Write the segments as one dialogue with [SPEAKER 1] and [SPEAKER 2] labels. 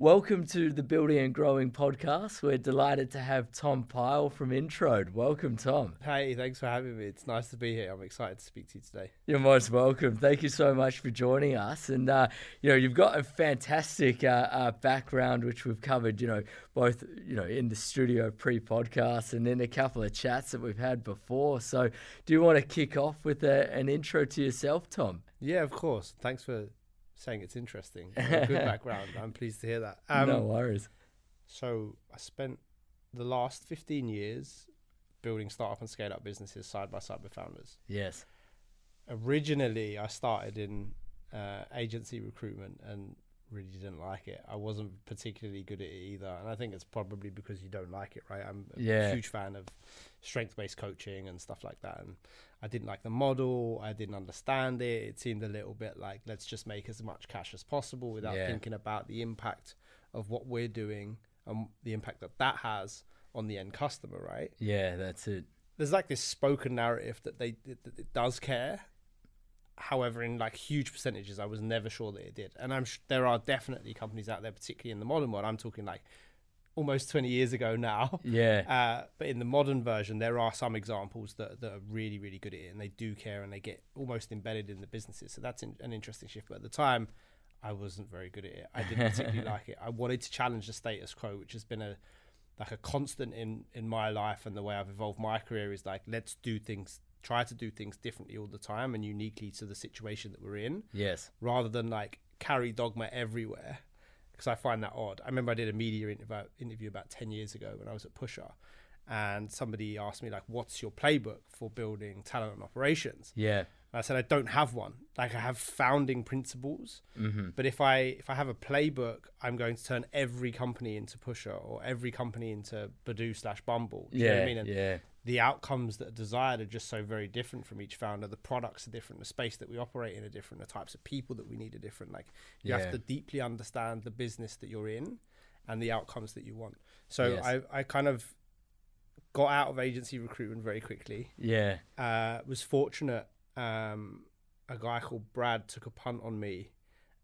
[SPEAKER 1] Welcome to the Building and Growing podcast. We're delighted to have Tom Pyle from Introde. Welcome, Tom.
[SPEAKER 2] Hey, thanks for having me. It's nice to be here. I'm excited to speak to you today.
[SPEAKER 1] You're most welcome. Thank you so much for joining us. And, uh, you know, you've got a fantastic uh, uh, background, which we've covered, you know, both, you know, in the studio pre podcast and in a couple of chats that we've had before. So, do you want to kick off with a, an intro to yourself, Tom?
[SPEAKER 2] Yeah, of course. Thanks for saying it's interesting. Good background. I'm pleased to hear that. Um,
[SPEAKER 1] no worries.
[SPEAKER 2] So I spent the last 15 years building startup and scale up businesses side by side with founders.
[SPEAKER 1] Yes.
[SPEAKER 2] Originally, I started in uh, agency recruitment and really didn't like it. I wasn't particularly good at it either, and I think it's probably because you don't like it, right? I'm a
[SPEAKER 1] Yeah.
[SPEAKER 2] huge fan of strength-based coaching and stuff like that, and I didn't like the model. I didn't understand it. It seemed a little bit like let's just make as much cash as possible without
[SPEAKER 1] Yeah.
[SPEAKER 2] thinking about the impact of what we're doing and the impact that that has on the end customer, right?
[SPEAKER 1] Yeah, that's it.
[SPEAKER 2] there's like this spoken narrative that they that that it does care. However, in like huge percentages, I was never sure that it did. And I'm sh- there are definitely companies out there, particularly in the modern world. I'm talking like almost 20 years ago now.
[SPEAKER 1] Yeah.
[SPEAKER 2] Uh, but in the modern version, there are some examples that, that are really, really good at it and they do care and they get almost embedded in the businesses. So that's in, an interesting shift. But at the time, I wasn't very good at it. I didn't particularly like it. I wanted to challenge the status quo, which has been a like a constant in in my life and the way I've evolved my career is like let's do things, try to do things differently all the time and uniquely to the situation that we're in
[SPEAKER 1] Yes.
[SPEAKER 2] rather than like carry dogma everywhere because I find that odd. I remember I did a media interview, interview about 10 years ago when I was at Pusher and somebody asked me like what's your playbook for building talent and operations
[SPEAKER 1] Yeah.
[SPEAKER 2] and I said I don't have one like I have founding principles but if I if I have a playbook I'm going to turn every company into Pusher or every company into Badoo slash Bumble Do you know what
[SPEAKER 1] Yeah.
[SPEAKER 2] I mean? And
[SPEAKER 1] Yeah.
[SPEAKER 2] the outcomes that are desired are just so very different from each founder. The products are different. The space that we operate in are different. The types of people that we need are different. Like you
[SPEAKER 1] Yeah.
[SPEAKER 2] have to deeply understand the business that you're in and the outcomes that you want. So
[SPEAKER 1] Yes.
[SPEAKER 2] I, I kind of got out of agency recruitment very quickly.
[SPEAKER 1] Yeah.
[SPEAKER 2] Uh, was fortunate. Um, a guy called Brad took a punt on me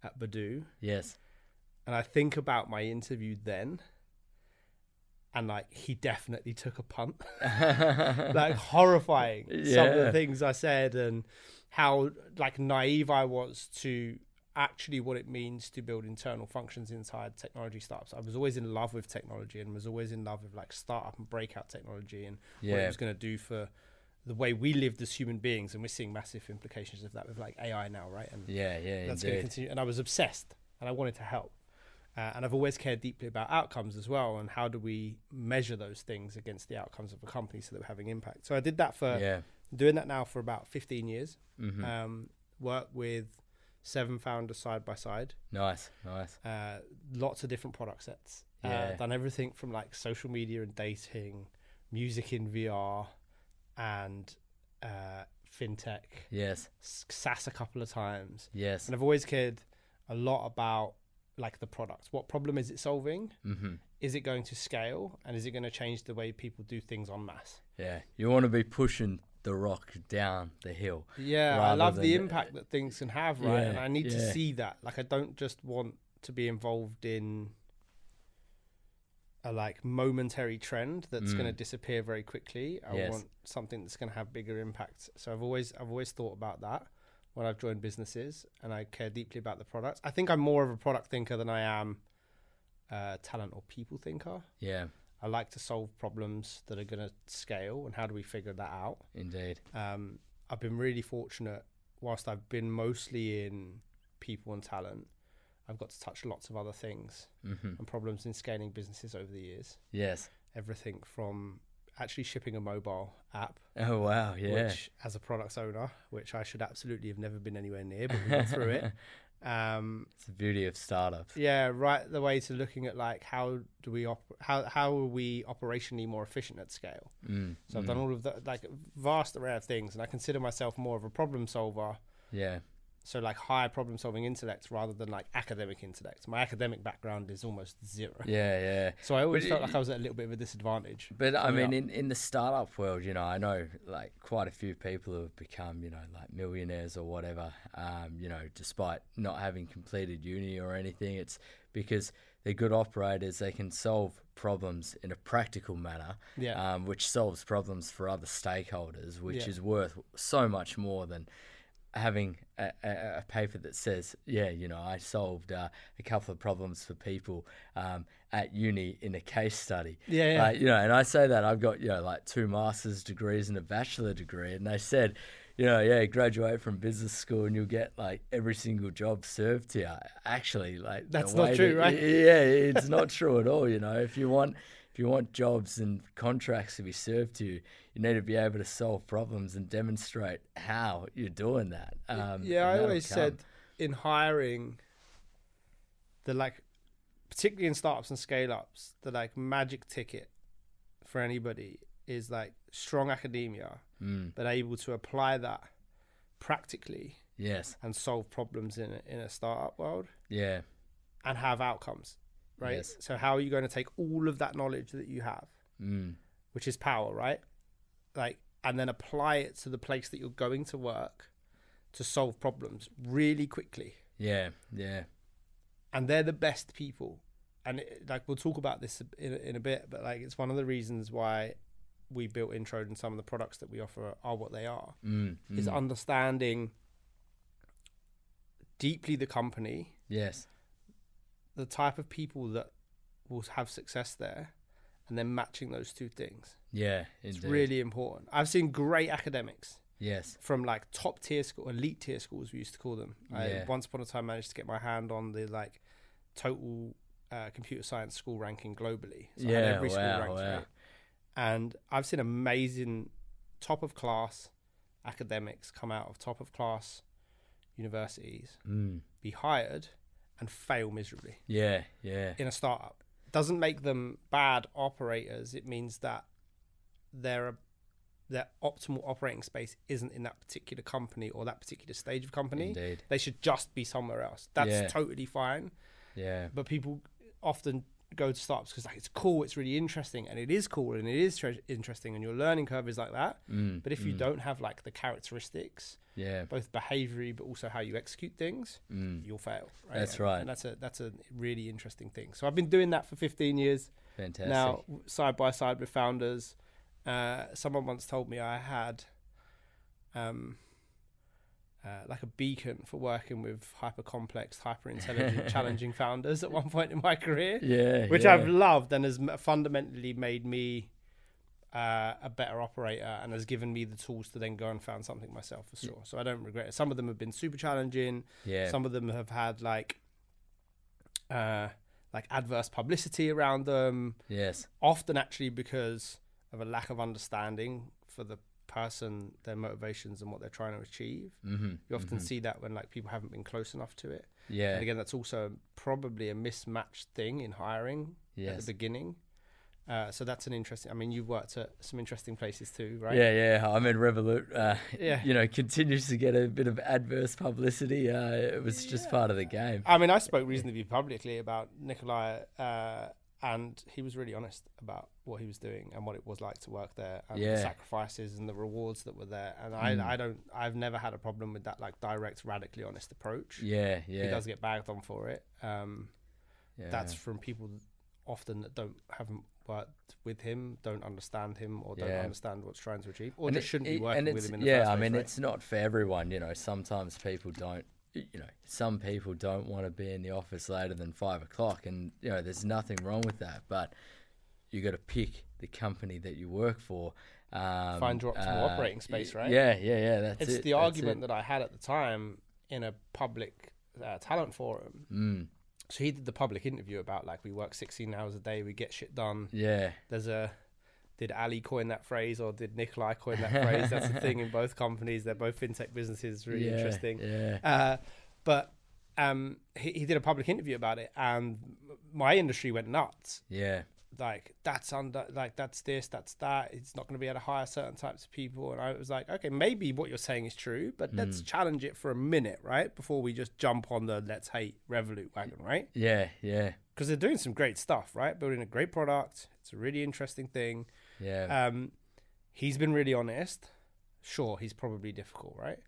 [SPEAKER 2] at Badoo
[SPEAKER 1] Yes.
[SPEAKER 2] and I think about my interview then, and like he definitely took a punt. like horrifying some of
[SPEAKER 1] Yeah.
[SPEAKER 2] the things I said and how like naive I was to actually what it means to build internal functions inside technology startups. I was always in love with technology and was always in love with like startup and breakout technology and what
[SPEAKER 1] Yeah.
[SPEAKER 2] it was going to do for the way we lived as human beings and we're seeing massive implications of that with like AI now, right? And
[SPEAKER 1] Yeah. Yeah.
[SPEAKER 2] that's going to
[SPEAKER 1] indeed.
[SPEAKER 2] continue. And I was obsessed, and I wanted to help. Uh, and I've always cared deeply about outcomes as well, and how do we measure those things against the outcomes of a company so that we're having impact. So I did that for
[SPEAKER 1] yeah.
[SPEAKER 2] doing that now for about 15 years.
[SPEAKER 1] Mhm.
[SPEAKER 2] Um, work with seven founders side by side,
[SPEAKER 1] Nice, nice.
[SPEAKER 2] uh, lots of different product sets.
[SPEAKER 1] Yeah.
[SPEAKER 2] Uh, done everything from like social media and dating, music in VR, and uh, fintech.
[SPEAKER 1] Yes,
[SPEAKER 2] S- SaaS a couple of times.
[SPEAKER 1] yes.
[SPEAKER 2] And I've always cared a lot about like the product. What problem is it solving?
[SPEAKER 1] Mm-hmm.
[SPEAKER 2] Is it going to scale? And is it going to change the way people do things en masse?
[SPEAKER 1] Yeah, you want to be pushing the rock down the hill.
[SPEAKER 2] Yeah, I
[SPEAKER 1] Rather
[SPEAKER 2] love the
[SPEAKER 1] than-
[SPEAKER 2] impact that things can have, right? and
[SPEAKER 1] Yeah,
[SPEAKER 2] I need
[SPEAKER 1] yeah.
[SPEAKER 2] to see that. Like, I don't just want to be involved in a like momentary trend that's going to disappear very quickly. I
[SPEAKER 1] Mm. Yes.
[SPEAKER 2] want something that's going to have bigger impacts. So I've always I've always thought about that when I've joined businesses, and I care deeply about the products. I think I'm more of a product thinker than I am a talent or people thinker.
[SPEAKER 1] Yeah,
[SPEAKER 2] I like to solve problems that are going to scale, and how do we figure that out?
[SPEAKER 1] indeed.
[SPEAKER 2] Um, I've been really fortunate. Whilst I've been mostly in people and talent, I've got to touch lots of other things
[SPEAKER 1] Mm-hmm.
[SPEAKER 2] and problems in scaling businesses over the years.
[SPEAKER 1] Yes.
[SPEAKER 2] Everything from actually shipping a mobile app,
[SPEAKER 1] Oh wow. Yeah.
[SPEAKER 2] which as a product owner, which I should absolutely have never been anywhere near, but we got through it. Um,
[SPEAKER 1] it's the beauty of startups.
[SPEAKER 2] yeah, right. The way to looking at like how do we op- how how are we operationally more efficient at scale?
[SPEAKER 1] Mm.
[SPEAKER 2] So I've done all of that, like vast array of things, and I consider myself more of a problem solver.
[SPEAKER 1] Yeah.
[SPEAKER 2] So like high problem solving intellect rather than like academic intellect. My academic background is almost zero.
[SPEAKER 1] Yeah. Yeah.
[SPEAKER 2] So I always
[SPEAKER 1] But
[SPEAKER 2] felt
[SPEAKER 1] it-
[SPEAKER 2] like I was at a little bit of a disadvantage.
[SPEAKER 1] But I
[SPEAKER 2] coming
[SPEAKER 1] mean,
[SPEAKER 2] up.
[SPEAKER 1] in, in the startup world, you know, I know like quite a few people who have become, you know, like millionaires or whatever, um, you know, despite not having completed uni or anything. It's because they're good operators. They can solve problems in a practical manner,
[SPEAKER 2] Yeah.
[SPEAKER 1] um, which solves problems for other stakeholders, which
[SPEAKER 2] Yeah.
[SPEAKER 1] is worth so much more than having a, a, a paper that says, yeah, you know, I solved uh, a couple of problems for people um, at uni in a case study.
[SPEAKER 2] Yeah, yeah.
[SPEAKER 1] Like, you know, and I say that I've got, you know, like two master's degrees and a bachelor degree. And they said, you know, yeah, graduate from business school and you'll get like every single job served to you. Actually, like, the
[SPEAKER 2] That's not
[SPEAKER 1] way
[SPEAKER 2] true,
[SPEAKER 1] that-
[SPEAKER 2] right?
[SPEAKER 1] Yeah, it's not true at all. You know, if you want, if you want jobs and contracts to be served to you, you need to be able to solve problems and demonstrate how you're doing that. Um, and
[SPEAKER 2] yeah, I
[SPEAKER 1] that'll
[SPEAKER 2] always
[SPEAKER 1] come.
[SPEAKER 2] said in hiring, the like, particularly in startups and scale ups, the like magic ticket for anybody is like strong academia,
[SPEAKER 1] Mm,
[SPEAKER 2] but able to apply that practically
[SPEAKER 1] yes,
[SPEAKER 2] and solve problems in a, in a startup world
[SPEAKER 1] yeah,
[SPEAKER 2] and have outcomes, right?
[SPEAKER 1] Yes.
[SPEAKER 2] So how are you going to take all of that knowledge that you have,
[SPEAKER 1] mm,
[SPEAKER 2] which is power, right? Like, and then apply it to the place that you're going to work to solve problems really quickly.
[SPEAKER 1] yeah, yeah,
[SPEAKER 2] and they're the best people. And it, like we'll talk about this in, in a bit, but like it's one of the reasons why we built Intro and some of the products that we offer are what they are.
[SPEAKER 1] mm,
[SPEAKER 2] Is
[SPEAKER 1] mm,
[SPEAKER 2] understanding deeply the company,
[SPEAKER 1] yes,
[SPEAKER 2] the type of people that will have success there, and then matching those two things.
[SPEAKER 1] yeah,
[SPEAKER 2] It's
[SPEAKER 1] indeed.
[SPEAKER 2] really important. I've seen great academics
[SPEAKER 1] yes,
[SPEAKER 2] from like top tier school, elite tier schools, we used to call them. I
[SPEAKER 1] Yeah.
[SPEAKER 2] once upon a time managed to get my hand on the like total uh, computer science school ranking globally. So I had
[SPEAKER 1] Yeah,
[SPEAKER 2] every school
[SPEAKER 1] wow,
[SPEAKER 2] ranked,
[SPEAKER 1] wow.
[SPEAKER 2] right? And I've seen amazing top of class academics come out of top of class universities,
[SPEAKER 1] mm,
[SPEAKER 2] be hired, and fail miserably
[SPEAKER 1] yeah, yeah,
[SPEAKER 2] in a startup. Doesn't make them bad operators. It means that their their optimal operating space isn't in that particular company or that particular stage of company.
[SPEAKER 1] indeed,
[SPEAKER 2] They should just be somewhere else. That's
[SPEAKER 1] Yeah.
[SPEAKER 2] totally fine.
[SPEAKER 1] yeah.
[SPEAKER 2] But people often go to startups because like it's cool, it's really interesting, and it is cool and it is tre- interesting, and your learning curve is like that.
[SPEAKER 1] Mm,
[SPEAKER 2] But if you
[SPEAKER 1] mm,
[SPEAKER 2] don't have like the characteristics,
[SPEAKER 1] yeah,
[SPEAKER 2] both behavioury but also how you execute things,
[SPEAKER 1] mm,
[SPEAKER 2] you'll fail. Right?
[SPEAKER 1] That's
[SPEAKER 2] And-
[SPEAKER 1] right.
[SPEAKER 2] And that's a that's a really interesting thing. So I've been doing that for 15 years
[SPEAKER 1] fantastic.
[SPEAKER 2] now, w- side by side with founders. Uh, someone once told me I had, um, uh, like a beacon for working with hyper complex, hyper intelligent, challenging founders at one point in my career,
[SPEAKER 1] yeah,
[SPEAKER 2] which
[SPEAKER 1] yeah.
[SPEAKER 2] I've loved and has m- fundamentally made me. Uh, a better operator and has given me the tools to then go and found something myself for sure. So I don't regret it. Some of them have been super challenging.
[SPEAKER 1] yeah,
[SPEAKER 2] Some of them have had like uh like adverse publicity around them,
[SPEAKER 1] yes,
[SPEAKER 2] often actually because of a lack of understanding for the person, their motivations and what they're trying to achieve.
[SPEAKER 1] mm-hmm,
[SPEAKER 2] You often see that when like people haven't been close enough to it.
[SPEAKER 1] yeah,
[SPEAKER 2] And again, that's also probably a mismatched thing in hiring at
[SPEAKER 1] Yes.
[SPEAKER 2] the beginning. Uh, so that's an interesting. I mean, you've worked at some interesting places too, right?
[SPEAKER 1] Yeah, yeah. I mean, Revolut, uh,
[SPEAKER 2] Yeah.
[SPEAKER 1] you know, continues to get a bit of adverse publicity. Uh, it was just part of the game.
[SPEAKER 2] I mean, I spoke reasonably publicly about Nikolai, uh, and he was really honest about what he was doing and what it was like to work there, and
[SPEAKER 1] Yeah. Hmm.
[SPEAKER 2] the sacrifices and the rewards that were there. And I, I don't, I've never had a problem with that like direct, radically honest approach.
[SPEAKER 1] Yeah, yeah.
[SPEAKER 2] He does get bagged on for it. Um,
[SPEAKER 1] yeah.
[SPEAKER 2] That's from people often that don't haven't worked with him, don't understand him, or don't
[SPEAKER 1] Yeah.
[SPEAKER 2] understand what's trying to achieve, or
[SPEAKER 1] And
[SPEAKER 2] just
[SPEAKER 1] it-
[SPEAKER 2] shouldn't
[SPEAKER 1] it-
[SPEAKER 2] be
[SPEAKER 1] and
[SPEAKER 2] working with
[SPEAKER 1] it's-
[SPEAKER 2] him in the
[SPEAKER 1] yeah,
[SPEAKER 2] first place.
[SPEAKER 1] I mean,
[SPEAKER 2] right?
[SPEAKER 1] it's not for everyone. You know, sometimes people don't. You know, some people don't want to be in the office later than five o'clock, and you know, there's nothing wrong with that. But you got to pick the company that you work for. Um,
[SPEAKER 2] Find your optimal operating space,
[SPEAKER 1] y-
[SPEAKER 2] right?
[SPEAKER 1] Yeah, yeah, yeah. That's
[SPEAKER 2] it's
[SPEAKER 1] it,
[SPEAKER 2] the
[SPEAKER 1] that's
[SPEAKER 2] argument
[SPEAKER 1] it.
[SPEAKER 2] that I had at the time in a public uh, talent forum.
[SPEAKER 1] Mm,
[SPEAKER 2] So he did the public interview about like we work 16 hours a day, we get shit done.
[SPEAKER 1] yeah,
[SPEAKER 2] There's a did Ali coin that phrase or did Nikolai coin that phrase? That's a thing in both companies. They're both fintech businesses, really
[SPEAKER 1] yeah,
[SPEAKER 2] interesting.
[SPEAKER 1] Yeah,
[SPEAKER 2] Uh, but um, he, he did a public interview about it, and my industry went nuts
[SPEAKER 1] yeah,
[SPEAKER 2] like that's under like that's this that's that it's not going to be able to hire certain types of people and i was like okay maybe what you're saying is true but let's
[SPEAKER 1] Hmm.
[SPEAKER 2] challenge it for a minute right before we just jump on the let's hate revolut wagon right
[SPEAKER 1] yeah, yeah,
[SPEAKER 2] because they're doing some great stuff right building a great product it's a really interesting thing
[SPEAKER 1] yeah.
[SPEAKER 2] um he's been really honest sure he's probably difficult right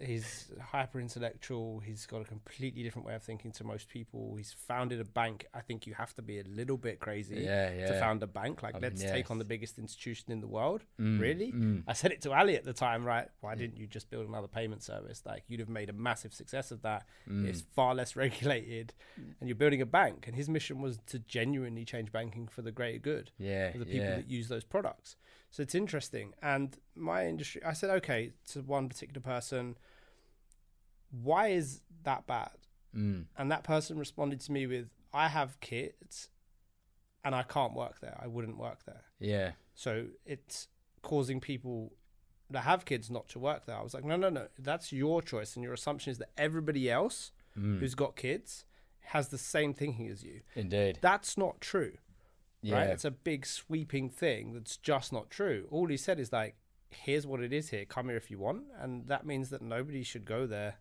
[SPEAKER 2] he's hyper intellectual he's got a completely different way of thinking to most people he's founded a bank i think you have to be a little bit crazy
[SPEAKER 1] Yeah,
[SPEAKER 2] to
[SPEAKER 1] yeah.
[SPEAKER 2] found a bank like
[SPEAKER 1] I mean,
[SPEAKER 2] let's take on
[SPEAKER 1] yes.
[SPEAKER 2] the biggest institution in the world
[SPEAKER 1] Mm,
[SPEAKER 2] really
[SPEAKER 1] mm.
[SPEAKER 2] i said it to ali at the time right why didn't you just build another payment service like you'd have made a massive success of that
[SPEAKER 1] Mm.
[SPEAKER 2] it's far less regulated and you're building a bank and his mission was to genuinely change banking for the greater good
[SPEAKER 1] Yeah,
[SPEAKER 2] for the people
[SPEAKER 1] yeah.
[SPEAKER 2] that use those products. So it's interesting. And my industry, I said, okay, to one particular person, why is that bad?
[SPEAKER 1] Mm.
[SPEAKER 2] And that person responded to me with, I have kids and I can't work there. I wouldn't work there.
[SPEAKER 1] Yeah.
[SPEAKER 2] So it's causing people that have kids not to work there. I was like, no, no, no. That's your choice. And your assumption is that everybody else
[SPEAKER 1] Mm.
[SPEAKER 2] who's got kids has the same thinking as you.
[SPEAKER 1] Indeed.
[SPEAKER 2] That's not true
[SPEAKER 1] Yeah.
[SPEAKER 2] right? It's a big sweeping thing that's just not true. All he said is like, "Here's what it is. Here, come here if you want," and that means that nobody should go there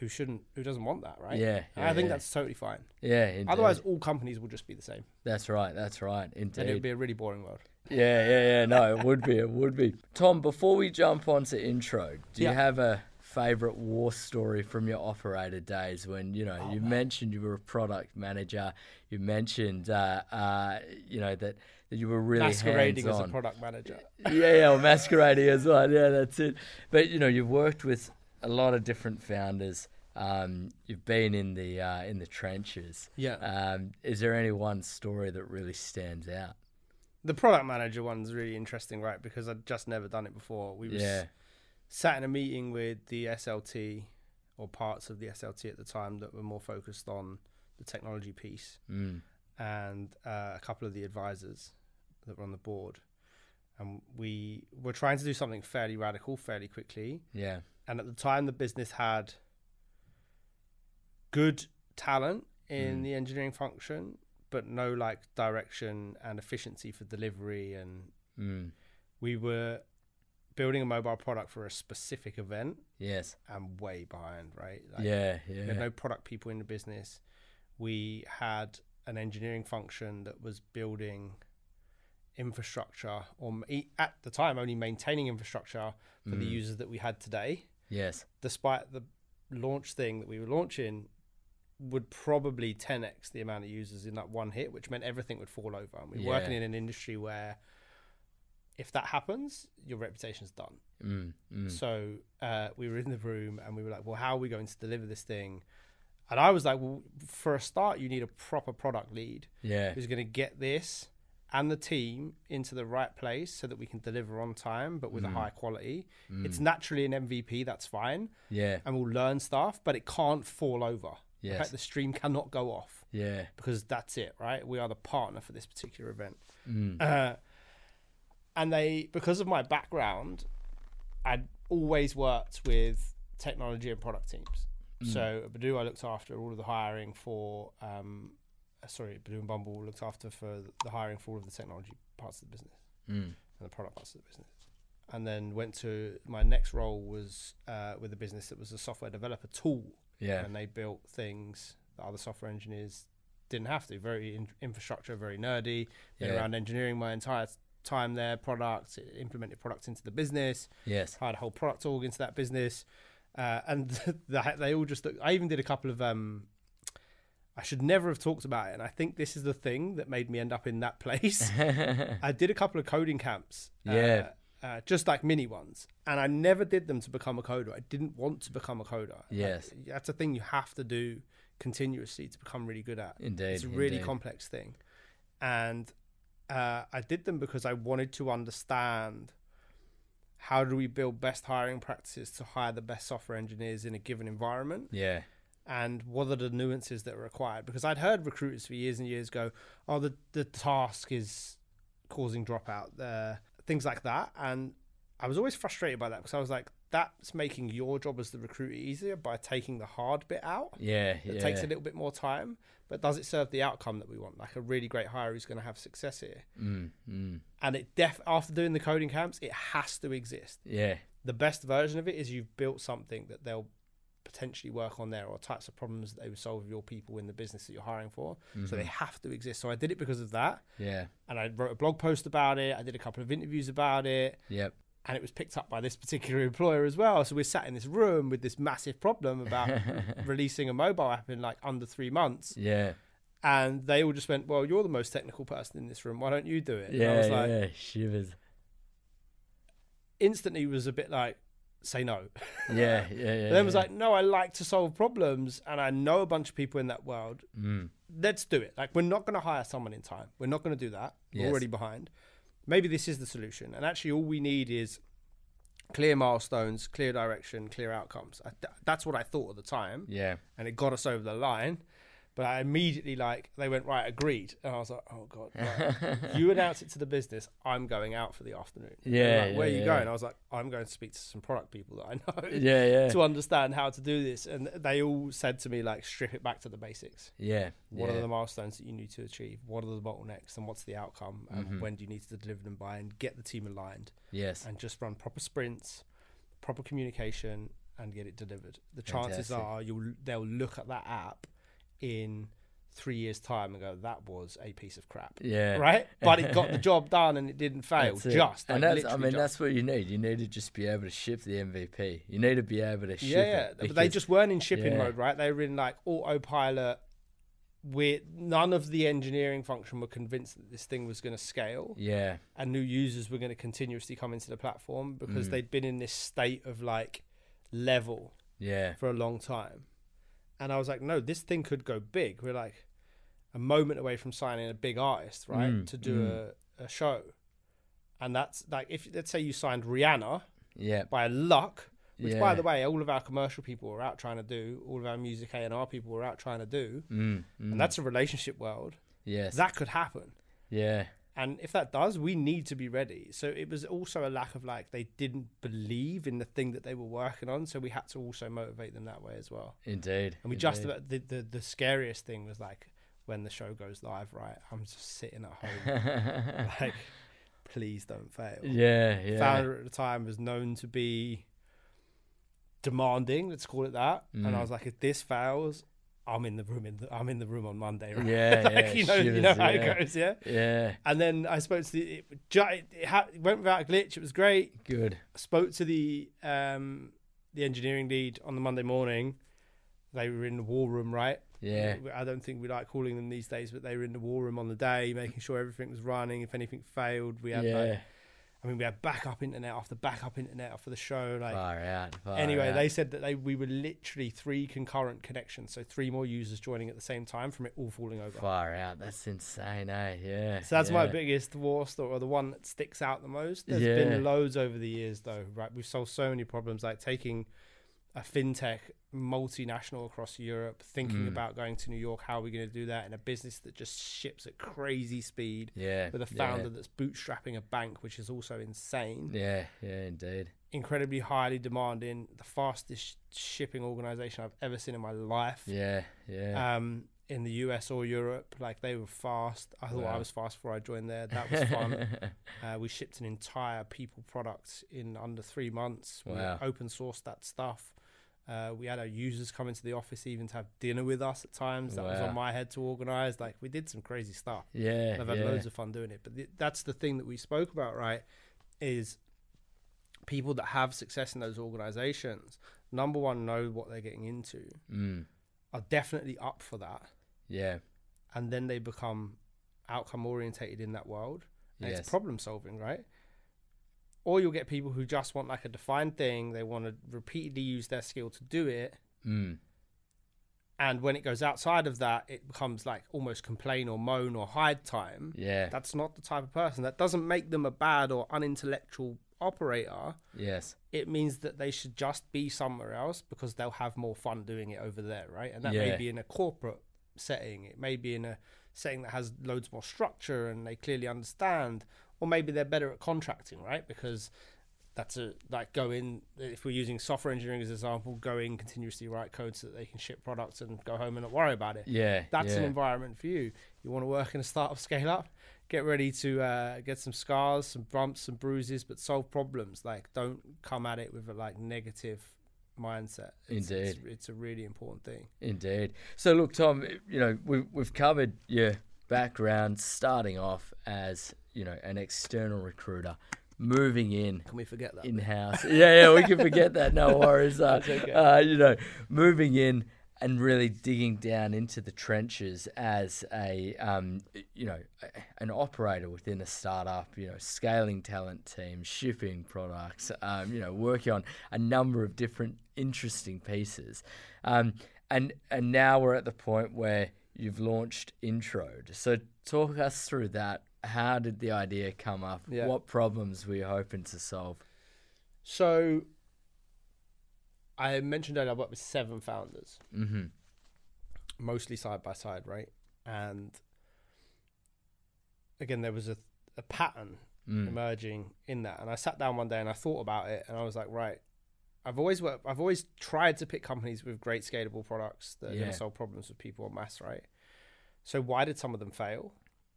[SPEAKER 2] who shouldn't, who doesn't want that, right?
[SPEAKER 1] Yeah,
[SPEAKER 2] And I
[SPEAKER 1] yeah,
[SPEAKER 2] think
[SPEAKER 1] yeah.
[SPEAKER 2] that's totally fine.
[SPEAKER 1] Yeah. Indeed.
[SPEAKER 2] Otherwise, all companies will just be the same,
[SPEAKER 1] that's right. That's right.
[SPEAKER 2] and it
[SPEAKER 1] Indeed.
[SPEAKER 2] would be a really boring world.
[SPEAKER 1] Yeah, yeah, yeah. No, it would be. It would be. Tom, before we jump on to intro, do
[SPEAKER 2] Yeah.
[SPEAKER 1] you have a favorite war story from your operator days when, you know,
[SPEAKER 2] Oh,
[SPEAKER 1] you mentioned you were a product manager, you mentioned, uh, uh, you know, that, that you were really
[SPEAKER 2] Masquerading as
[SPEAKER 1] hands-on.
[SPEAKER 2] a product manager.
[SPEAKER 1] yeah, yeah, well, masquerading as well. Yeah, that's it. But you know, you've worked with a lot of different founders. Um, you've been in the uh, in the trenches.
[SPEAKER 2] Yeah.
[SPEAKER 1] Um, is there any one story that really stands out?
[SPEAKER 2] The product manager one's really interesting, right? Because I'd just never done it before. We was
[SPEAKER 1] Yeah.
[SPEAKER 2] sat in a meeting with the SLT or parts of the SLT at the time that were more focused on the technology piece.
[SPEAKER 1] Mm.
[SPEAKER 2] and uh, a couple of the advisors that were on the board. And we were trying to do something fairly radical fairly quickly.
[SPEAKER 1] Yeah.
[SPEAKER 2] And at the time, the business had good talent in the engineering function, but no like direction and efficiency for delivery. And
[SPEAKER 1] Mm.
[SPEAKER 2] we were building a mobile product for a specific event
[SPEAKER 1] Yes.
[SPEAKER 2] and way behind, right? Like,
[SPEAKER 1] yeah. Yeah.
[SPEAKER 2] we had no product people in the business. We had an engineering function that was building infrastructure, or m- e- at the time only maintaining infrastructure for the users that we had today.
[SPEAKER 1] Mm. Yes.
[SPEAKER 2] Despite the launch thing that we were launching, would probably 10x the amount of users in that one hit, which meant everything would fall over. And we're working
[SPEAKER 1] Yeah.
[SPEAKER 2] in an industry where if that happens, your reputation's done.
[SPEAKER 1] Mm. Mm.
[SPEAKER 2] So uh, we were in the room and we were like, well, how are we going to deliver this thing? And I was like, well, for a start, you need a proper product lead
[SPEAKER 1] Yeah.
[SPEAKER 2] who's going to get this and the team into the right place so that we can deliver on time, but with a high quality. It's naturally an MVP, that's fine.
[SPEAKER 1] Yeah.
[SPEAKER 2] And we'll learn stuff, but it can't fall over. In
[SPEAKER 1] Yes.
[SPEAKER 2] fact, the stream cannot go off
[SPEAKER 1] Yeah.
[SPEAKER 2] because that's it, right? We are the partner for this particular event.
[SPEAKER 1] Mm.
[SPEAKER 2] Uh, and they, because of my background, I'd always worked with technology and product teams. So at Badoo, I looked after all of the hiring for, um, uh, sorry, Badoo and Bumble looked after for the hiring for all of the technology parts of the business
[SPEAKER 1] Mm.
[SPEAKER 2] and the product parts of the business. And then went to my next role was uh, with a business that was a software developer tool,
[SPEAKER 1] Yeah.
[SPEAKER 2] and they built things that other software engineers didn't have to. Very in- infrastructure, very nerdy. Been
[SPEAKER 1] Yeah.
[SPEAKER 2] around engineering my entire time there. Products, implemented products into the business.
[SPEAKER 1] Yes.
[SPEAKER 2] Hired a whole product org into that business, uh, and the, they all just. Look, I even did a couple of. Um, I should never have talked about it, and I think this is the thing that made me end up in that place. I did a couple of coding camps. uh,
[SPEAKER 1] Yeah.
[SPEAKER 2] uh, just like mini ones, and I never did them to become a coder. I didn't want to become a coder.
[SPEAKER 1] Yes.
[SPEAKER 2] That's a thing you have to do continuously to become really good at.
[SPEAKER 1] Indeed.
[SPEAKER 2] It's a really
[SPEAKER 1] indeed.
[SPEAKER 2] complex thing. And uh, I did them because I wanted to understand how do we build best hiring practices to hire the best software engineers in a given environment
[SPEAKER 1] Yeah.
[SPEAKER 2] and what are the nuances that are required because I'd heard recruiters for years and years go oh the the task is causing dropout there things like that and I was always frustrated by that because I was like that's making your job as the recruiter easier by taking the hard bit out
[SPEAKER 1] Yeah.
[SPEAKER 2] it
[SPEAKER 1] yeah.
[SPEAKER 2] takes a little bit more time, but does it serve the outcome that we want? Like a really great hire who's going to have success here.
[SPEAKER 1] Mm. Mm.
[SPEAKER 2] And it def after doing the coding camps, it has to exist.
[SPEAKER 1] Yeah.
[SPEAKER 2] The best version of it is you've built something that they'll potentially work on there or types of problems that they would solve with your people in the business that you're hiring for. So
[SPEAKER 1] Mhm.
[SPEAKER 2] they have to exist. So I did it because of that.
[SPEAKER 1] Yeah.
[SPEAKER 2] And I wrote a blog post about it. I did a couple of interviews about it.
[SPEAKER 1] Yep.
[SPEAKER 2] and it was picked up by this particular employer as well. So we're sat in this room with this massive problem about releasing a mobile app in like under three months,
[SPEAKER 1] Yeah.
[SPEAKER 2] and they all just went, "Well, you're the most technical person in this room. Why don't you do it?" and I
[SPEAKER 1] Yeah.
[SPEAKER 2] was like,
[SPEAKER 1] yeah. Shivers.
[SPEAKER 2] instantly was a bit like, "Say no."
[SPEAKER 1] Yeah. Yeah. Yeah.
[SPEAKER 2] And then was
[SPEAKER 1] yeah.
[SPEAKER 2] like, "No, I like to solve problems, and I know a bunch of people in that world.
[SPEAKER 1] Mm.
[SPEAKER 2] Let's do it. Like, we're not going to hire someone in time. We're not going to do that. We're
[SPEAKER 1] Yes.
[SPEAKER 2] already behind. Maybe this is the solution. And actually, all we need is." Clear milestones, clear direction, clear outcomes. I, th- that's what I thought at the time.
[SPEAKER 1] Yeah.
[SPEAKER 2] and it got us over the line. But I immediately like they went right, agreed, and I was like, oh god, right. you announce it to the business. I'm going out for the afternoon. And they're
[SPEAKER 1] Yeah,
[SPEAKER 2] like, where
[SPEAKER 1] yeah,
[SPEAKER 2] are you
[SPEAKER 1] yeah.
[SPEAKER 2] going? I was like, I'm going to speak to some product people that I know
[SPEAKER 1] Yeah. Yeah.
[SPEAKER 2] to understand how to do this, and they all said to me like, strip it back to the basics.
[SPEAKER 1] Yeah.
[SPEAKER 2] What
[SPEAKER 1] yeah.
[SPEAKER 2] are the milestones that you need to achieve? What are the bottlenecks, and what's the outcome? And
[SPEAKER 1] Mm-hmm.
[SPEAKER 2] when do you need to deliver them by? And get the team aligned,
[SPEAKER 1] Yes.
[SPEAKER 2] and just run proper sprints, proper communication, and get it delivered. The chances
[SPEAKER 1] Fantastic.
[SPEAKER 2] are you'll they'll look at that app in three years' time and go, "That was a piece of crap,"
[SPEAKER 1] Yeah.
[SPEAKER 2] right? But it got the job done and it didn't fail.
[SPEAKER 1] That's it.
[SPEAKER 2] Just, like,
[SPEAKER 1] and that's, I
[SPEAKER 2] literally
[SPEAKER 1] mean,
[SPEAKER 2] just.
[SPEAKER 1] that's what you need. You need to just be able to ship the MVP. You need to be able to ship
[SPEAKER 2] yeah, yeah.
[SPEAKER 1] it.
[SPEAKER 2] But they
[SPEAKER 1] because-
[SPEAKER 2] just weren't in shipping
[SPEAKER 1] yeah.
[SPEAKER 2] mode, right? They were in like autopilot. With none of the engineering function were convinced that this thing was going to scale.
[SPEAKER 1] yeah,
[SPEAKER 2] and new users were going to continuously come into the platform because
[SPEAKER 1] Mm.
[SPEAKER 2] they'd been in this state of like level
[SPEAKER 1] yeah,
[SPEAKER 2] for a long time. And I was like, no, this thing could go big. We're like a moment away from signing a big artist, right?
[SPEAKER 1] Mm,
[SPEAKER 2] to do a, a show. And that's like, if let's say you signed Rihanna
[SPEAKER 1] yeah,
[SPEAKER 2] by luck, which by
[SPEAKER 1] Yeah.
[SPEAKER 2] the way, all of our commercial people were out trying to do, all of our music A&R people were out trying to do.
[SPEAKER 1] mm, mm,
[SPEAKER 2] And that's a relationship world.
[SPEAKER 1] yes,
[SPEAKER 2] That could happen.
[SPEAKER 1] yeah,
[SPEAKER 2] And if that does, we need to be ready. So it was also a lack of like they didn't believe in the thing that they were working on. So we had to also motivate them that way as well.
[SPEAKER 1] indeed.
[SPEAKER 2] And we
[SPEAKER 1] indeed.
[SPEAKER 2] just about the, the the scariest thing was like when the show goes live, right? I'm just sitting at home like, please don't fail.
[SPEAKER 1] yeah, yeah,
[SPEAKER 2] Founder at the time was known to be demanding. Let's call it that. And
[SPEAKER 1] Mm.
[SPEAKER 2] I was like, if this fails, I'm in the room. In the, I'm in the room on Monday. Right?
[SPEAKER 1] yeah,
[SPEAKER 2] like,
[SPEAKER 1] yeah.
[SPEAKER 2] you know, you
[SPEAKER 1] shivers,
[SPEAKER 2] know how
[SPEAKER 1] yeah.
[SPEAKER 2] it goes. Yeah.
[SPEAKER 1] Yeah,
[SPEAKER 2] And then I spoke to the it, ju- it, it, ha- it went without a glitch. It was great.
[SPEAKER 1] good.
[SPEAKER 2] I spoke to the um, the engineering lead on the Monday morning. They were in the war room, right?
[SPEAKER 1] Yeah,
[SPEAKER 2] I don't think we like calling them these days, but they were in the war room on the day, making sure everything was running. If anything failed, we had like,
[SPEAKER 1] yeah.
[SPEAKER 2] I mean, we had backup internet after backup internet after the show. Like
[SPEAKER 1] Far out. Far
[SPEAKER 2] anyway,
[SPEAKER 1] out.
[SPEAKER 2] they said that they we were literally three concurrent connections, so three more users joining at the same time from it all falling over.
[SPEAKER 1] far out. That's insane, eh? Yeah.
[SPEAKER 2] So that's my
[SPEAKER 1] yeah.
[SPEAKER 2] biggest war story, or the one that sticks out the most. There's
[SPEAKER 1] Yeah.
[SPEAKER 2] been loads over the years, though, right? We've solved so many problems, like taking a fintech multinational across Europe,
[SPEAKER 1] Mm.
[SPEAKER 2] thinking about going to New York. How are we going to do that in a business that just ships at crazy speed
[SPEAKER 1] Yeah.
[SPEAKER 2] with a
[SPEAKER 1] yeah,
[SPEAKER 2] founder that's bootstrapping a bank, which is also insane,
[SPEAKER 1] Yeah, yeah, indeed.
[SPEAKER 2] incredibly highly demanding, the fastest shipping organization I've ever seen in my life
[SPEAKER 1] Yeah, yeah.
[SPEAKER 2] um, in the US or Europe. Like they were fast. I thought I
[SPEAKER 1] Wow.
[SPEAKER 2] was fast before I joined there. That was fun. uh, we shipped an entire people product in under three months. We
[SPEAKER 1] Wow.
[SPEAKER 2] open sourced that stuff. Uh, we had our users come into the office even to have dinner with us at times. That was
[SPEAKER 1] Wow.
[SPEAKER 2] on my head to organize. Like we did some crazy stuff.
[SPEAKER 1] yeah.
[SPEAKER 2] And I've had
[SPEAKER 1] yeah.
[SPEAKER 2] loads of fun doing it. But th- that's the thing that we spoke about, right? Is people that have success in those organizations, number one, know what they're getting into,
[SPEAKER 1] mm,
[SPEAKER 2] are definitely up for that
[SPEAKER 1] yeah.
[SPEAKER 2] and then they become outcome orientated in that world and
[SPEAKER 1] Yes.
[SPEAKER 2] it's problem solving right or you'll get people who just want like a defined thing they want to repeatedly use their skill to do it
[SPEAKER 1] Mm,
[SPEAKER 2] and when it goes outside of that it becomes like almost complain or moan or hide time
[SPEAKER 1] yeah.
[SPEAKER 2] that's not the type of person that doesn't make them a bad or unintellectual operator
[SPEAKER 1] yes.
[SPEAKER 2] it means that they should just be somewhere else because they'll have more fun doing it over there, right? And that
[SPEAKER 1] Yeah.
[SPEAKER 2] may be in a corporate setting, it may be in a setting that has loads more structure and they clearly understand, or maybe they're better at contracting, right? Because that's a like go in if we're using software engineering as an example, go in continuously write code so that they can ship products and go home and not worry about it.
[SPEAKER 1] Yeah.
[SPEAKER 2] That's
[SPEAKER 1] yeah.
[SPEAKER 2] an environment for you. You want to work in a startup scale up? Get ready to uh, get some scars, some bumps, some bruises, but solve problems. Like, don't come at it with a like negative mindset. It's, It's,
[SPEAKER 1] Indeed.
[SPEAKER 2] it's a really important thing.
[SPEAKER 1] Indeed. So look, Tom, you know we've we've covered your background, starting off as you know an external recruiter, moving in
[SPEAKER 2] Can we forget that?
[SPEAKER 1] in house. Yeah, yeah, we can forget that. No worries. Uh,
[SPEAKER 2] okay.
[SPEAKER 1] uh, you know, moving in and really digging down into the trenches as a um, you know a- an operator within a startup. You know, scaling talent teams, shipping products. Um, you know, working on a number of different interesting pieces. Um, and and now we're at the point where you've launched Introde. So talk us through that. How did the idea come up?
[SPEAKER 2] Yeah.
[SPEAKER 1] What problems were you hoping to solve?
[SPEAKER 2] So I mentioned earlier I worked with seven founders,
[SPEAKER 1] Mm-hmm.
[SPEAKER 2] mostly side by side, right? And again, there was a, a pattern emerging in that. And I sat down one day and I thought about it, and I was like, right, I've always worked, I've always tried to pick companies with great scalable products that are going
[SPEAKER 1] Yeah.
[SPEAKER 2] to solve problems with people en mass, right? So why did some of them fail,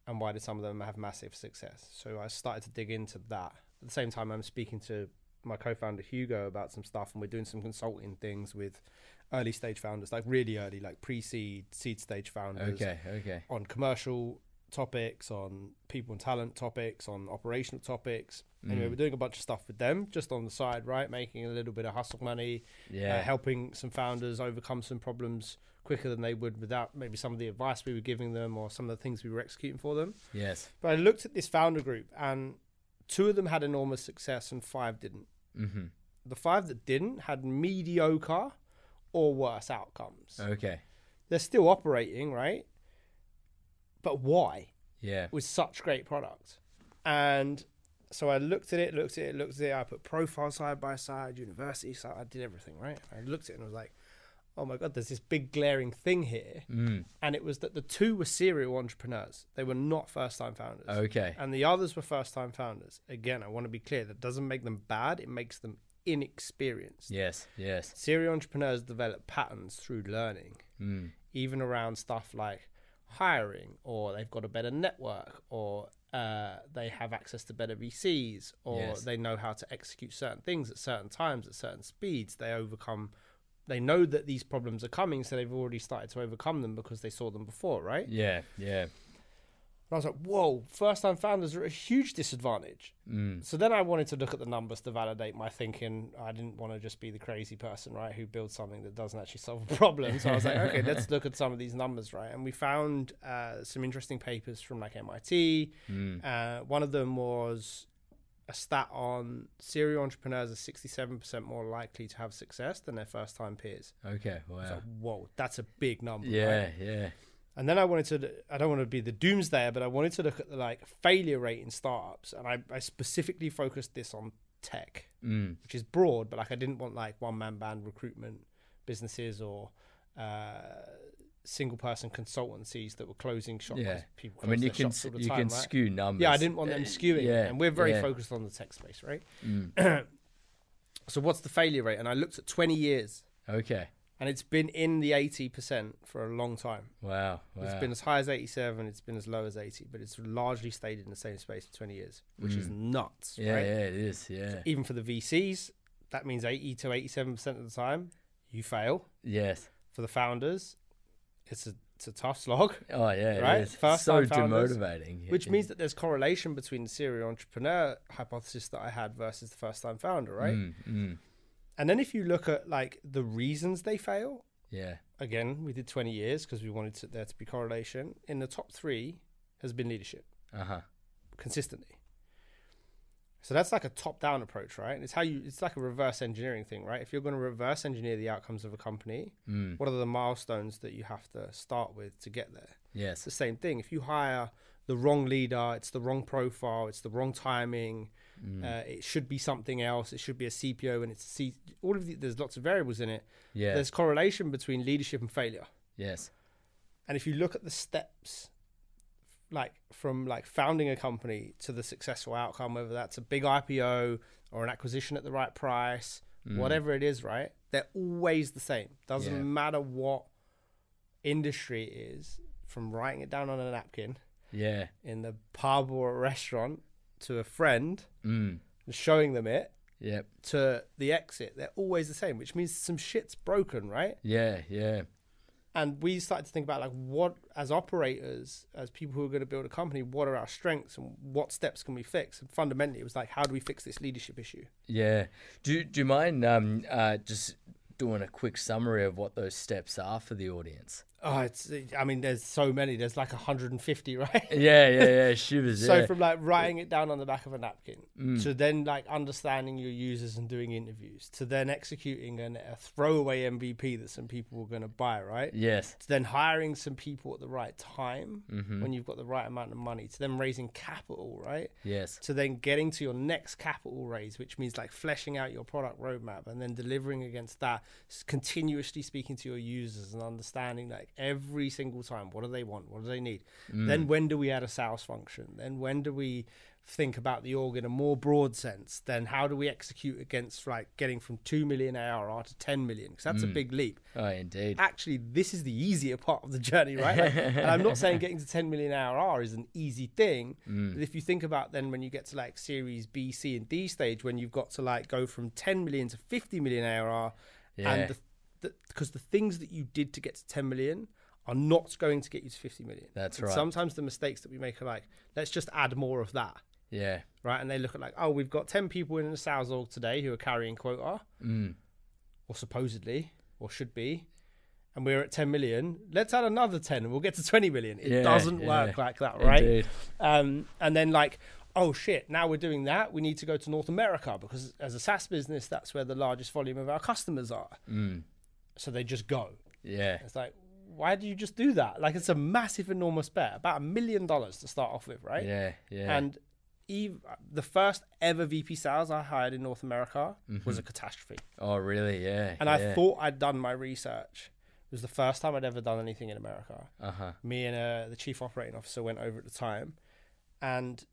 [SPEAKER 2] and why did some of them have massive success? So I started to dig into that. At the same time, I'm speaking to my co-founder Hugo about some stuff, and we're doing some consulting things with early stage founders, like really early, like pre-seed, seed stage founders,
[SPEAKER 1] Okay, okay.
[SPEAKER 2] on commercial topics, on people and talent topics, on operational topics.
[SPEAKER 1] Mm.
[SPEAKER 2] Anyway, we're doing a bunch of stuff with them just on the side, right? Making a little bit of hustle money,
[SPEAKER 1] Yeah.
[SPEAKER 2] uh, helping some founders overcome some problems quicker than they would without maybe some of the advice we were giving them or some of the things we were executing for them.
[SPEAKER 1] Yes.
[SPEAKER 2] But I looked at this founder group and two of them had enormous success and five didn't.
[SPEAKER 1] Mm-hmm.
[SPEAKER 2] The five that didn't had mediocre or worse outcomes.
[SPEAKER 1] Okay.
[SPEAKER 2] They're still operating, right? But why?
[SPEAKER 1] Yeah.
[SPEAKER 2] with such great product. And so I looked at it, looked at it, looked at it. I put profile side by side, university side. I did everything right. I looked at it and was like, oh my god, there's this big glaring thing here.
[SPEAKER 1] Mm.
[SPEAKER 2] And it was that the two were serial entrepreneurs. They were not first time founders.
[SPEAKER 1] Okay.
[SPEAKER 2] And the others were first time founders. Again, I want to be clear that doesn't make them bad. It makes them inexperienced.
[SPEAKER 1] Yes. Yes.
[SPEAKER 2] Serial entrepreneurs develop patterns through learning
[SPEAKER 1] Mm.
[SPEAKER 2] even around stuff like hiring or they've got a better network or uh, they have access to better VCs or
[SPEAKER 1] Yes.
[SPEAKER 2] they know how to execute certain things at certain times at certain speeds. They overcome, they know that these problems are coming, so they've already started to overcome them because they saw them before, right?
[SPEAKER 1] Yeah. Yeah.
[SPEAKER 2] And I was like, whoa, first time founders are at a huge disadvantage.
[SPEAKER 1] Mm.
[SPEAKER 2] So then I wanted to look at the numbers to validate my thinking. I didn't want to just be the crazy person, right, who builds something that doesn't actually solve a problem. So I was like, okay, let's look at some of these numbers, right? And we found uh, some interesting papers from like MIT.
[SPEAKER 1] Mm.
[SPEAKER 2] Uh, one of them was a stat on serial entrepreneurs are 67% more likely to have success than their first time peers.
[SPEAKER 1] Okay.
[SPEAKER 2] I was
[SPEAKER 1] Wow.
[SPEAKER 2] like, whoa, that's a big number. right?
[SPEAKER 1] Yeah. Yeah.
[SPEAKER 2] And then I wanted to, I don't want to be the doomsdayer, but I wanted to look at the like failure rate in startups. And I, I specifically focused this on tech,
[SPEAKER 1] Mm.
[SPEAKER 2] which is broad, but like I didn't want like one man band recruitment businesses or uh, single person consultancies that were closing shops. 'cause
[SPEAKER 1] Yeah.
[SPEAKER 2] People
[SPEAKER 1] I mean,
[SPEAKER 2] close
[SPEAKER 1] you
[SPEAKER 2] their
[SPEAKER 1] can
[SPEAKER 2] shops all the
[SPEAKER 1] you
[SPEAKER 2] time,
[SPEAKER 1] can
[SPEAKER 2] right?
[SPEAKER 1] skew numbers.
[SPEAKER 2] Yeah, I didn't want them
[SPEAKER 1] Uh,
[SPEAKER 2] skewing.
[SPEAKER 1] yeah,
[SPEAKER 2] and we're very
[SPEAKER 1] yeah.
[SPEAKER 2] focused on the tech space, right?
[SPEAKER 1] Mm.
[SPEAKER 2] So what's the failure rate? And I looked at 20 years
[SPEAKER 1] Okay.
[SPEAKER 2] and it's been in the 80% for a long time.
[SPEAKER 1] Wow. Wow.
[SPEAKER 2] It's been as high as 87, it's been as low as 80, but it's largely stayed in the same space for 20 years, which is nuts,
[SPEAKER 1] Hmm. yeah.
[SPEAKER 2] right?
[SPEAKER 1] Yeah. It is. Yeah.
[SPEAKER 2] Even for the VCs, that means 80 to 87% of the time you fail.
[SPEAKER 1] Yes.
[SPEAKER 2] For the founders, it's a, it's a tough slog,
[SPEAKER 1] Oh yeah.
[SPEAKER 2] Right?
[SPEAKER 1] It is.
[SPEAKER 2] First
[SPEAKER 1] so
[SPEAKER 2] time founders,
[SPEAKER 1] demotivating.
[SPEAKER 2] which
[SPEAKER 1] Yeah.
[SPEAKER 2] means that there's correlation between the serial entrepreneur hypothesis that I had versus the first time founder, right?
[SPEAKER 1] Mm. Mm.
[SPEAKER 2] And then if you look at like the reasons they fail,
[SPEAKER 1] Yeah.
[SPEAKER 2] again, we did 20 years because we wanted to, there to be correlation. In the top three has been leadership.
[SPEAKER 1] Uh huh.
[SPEAKER 2] consistently. So that's like a top-down approach, right? And it's how you it's like a reverse engineering thing, right? If you're going to reverse engineer the outcomes of a company,
[SPEAKER 1] Mm.
[SPEAKER 2] what are the milestones that you have to start with to get there? It's
[SPEAKER 1] Yes.
[SPEAKER 2] the same thing. If you hire the wrong leader, it's the wrong profile, it's the wrong timing.
[SPEAKER 1] Mm.
[SPEAKER 2] Uh, it should be something else. It should be a CPO, and it's a C. All of the, there's lots of variables in it.
[SPEAKER 1] Yeah.
[SPEAKER 2] There's correlation between leadership and failure.
[SPEAKER 1] Yes.
[SPEAKER 2] And if you look at the steps, like from like founding a company to the successful outcome, whether that's a big IPO or an acquisition at the right price, whatever it is, right? They're always the same. Doesn't
[SPEAKER 1] Mm. Yeah.
[SPEAKER 2] matter what industry it is, from writing it down on a napkin
[SPEAKER 1] Yeah.
[SPEAKER 2] in the pub or a restaurant to a friend
[SPEAKER 1] Mm.
[SPEAKER 2] and showing them it
[SPEAKER 1] Yep.
[SPEAKER 2] to the exit, they're always the same, which means some shit's broken, right?
[SPEAKER 1] Yeah. Yeah.
[SPEAKER 2] and we started to think about like what as operators as people who are going to build a company what are our strengths and what steps can we fix and fundamentally it was like how do we fix this leadership issue
[SPEAKER 1] Yeah. Do do you mind um, uh, just doing a quick summary of what those steps are for the audience?
[SPEAKER 2] oh it's i mean there's so many there's like 150 right
[SPEAKER 1] Yeah, yeah, yeah. Shivers.
[SPEAKER 2] so
[SPEAKER 1] yeah.
[SPEAKER 2] from like writing it down on the back of a napkin to then like understanding your users and doing interviews to then executing an, a throwaway mvp that some people were going to buy right
[SPEAKER 1] yes.
[SPEAKER 2] to then hiring some people at the right time when you've got the right amount of money to then raising capital right
[SPEAKER 1] Yes.
[SPEAKER 2] to then getting to your next capital raise, which means like fleshing out your product roadmap and then delivering against that, s- continuously speaking to your users and understanding like every single time what do they want, what do they need. Then when do we add a sales function? Then when do we think about the org in a more broad sense? Then how do we execute against like getting from two million ARR to ten million? Because that's a big leap
[SPEAKER 1] Oh, indeed.
[SPEAKER 2] actually this is the easier part of the journey, right? Like, and I'm not saying getting to 10 million ARR is an easy thing,
[SPEAKER 1] Mm.
[SPEAKER 2] but if you think about then when you get to like Series B, C, and D stage, when you've got to like go from 10 million to 50 million ARR,
[SPEAKER 1] Yeah.
[SPEAKER 2] and because the, because the things that you did to get to 10 million are not going to get you to 50 million.
[SPEAKER 1] That's
[SPEAKER 2] And
[SPEAKER 1] right.
[SPEAKER 2] Sometimes the mistakes that we make are like, let's just add more of that
[SPEAKER 1] Yeah.
[SPEAKER 2] right? And they look at like, oh, we've got ten people in the sales org today who are carrying quota,
[SPEAKER 1] Mm.
[SPEAKER 2] or supposedly, or should be, and we're at ten million. Let's add another ten, and we'll get to twenty million. It
[SPEAKER 1] Yeah,
[SPEAKER 2] doesn't
[SPEAKER 1] yeah.
[SPEAKER 2] work like that, right?
[SPEAKER 1] Indeed.
[SPEAKER 2] Um, and then like. Oh shit! Now we're doing that. We need to go to North America because, as a SaaS business, that's where the largest volume of our customers are. So they just go.
[SPEAKER 1] Mm. Yeah.
[SPEAKER 2] It's like, why do you just do that? Like, it's a massive, enormous bet, about a million dollars to start off with, right?
[SPEAKER 1] Yeah. Yeah.
[SPEAKER 2] And ev the first ever VP sales I hired in North America was a catastrophe.
[SPEAKER 1] oh, really? Yeah.
[SPEAKER 2] And
[SPEAKER 1] Mm-hmm. yeah.
[SPEAKER 2] I thought I'd done my research. It was the first time I'd ever done anything in America.
[SPEAKER 1] Uh huh.
[SPEAKER 2] Me and uh, the chief operating officer went over at the time, and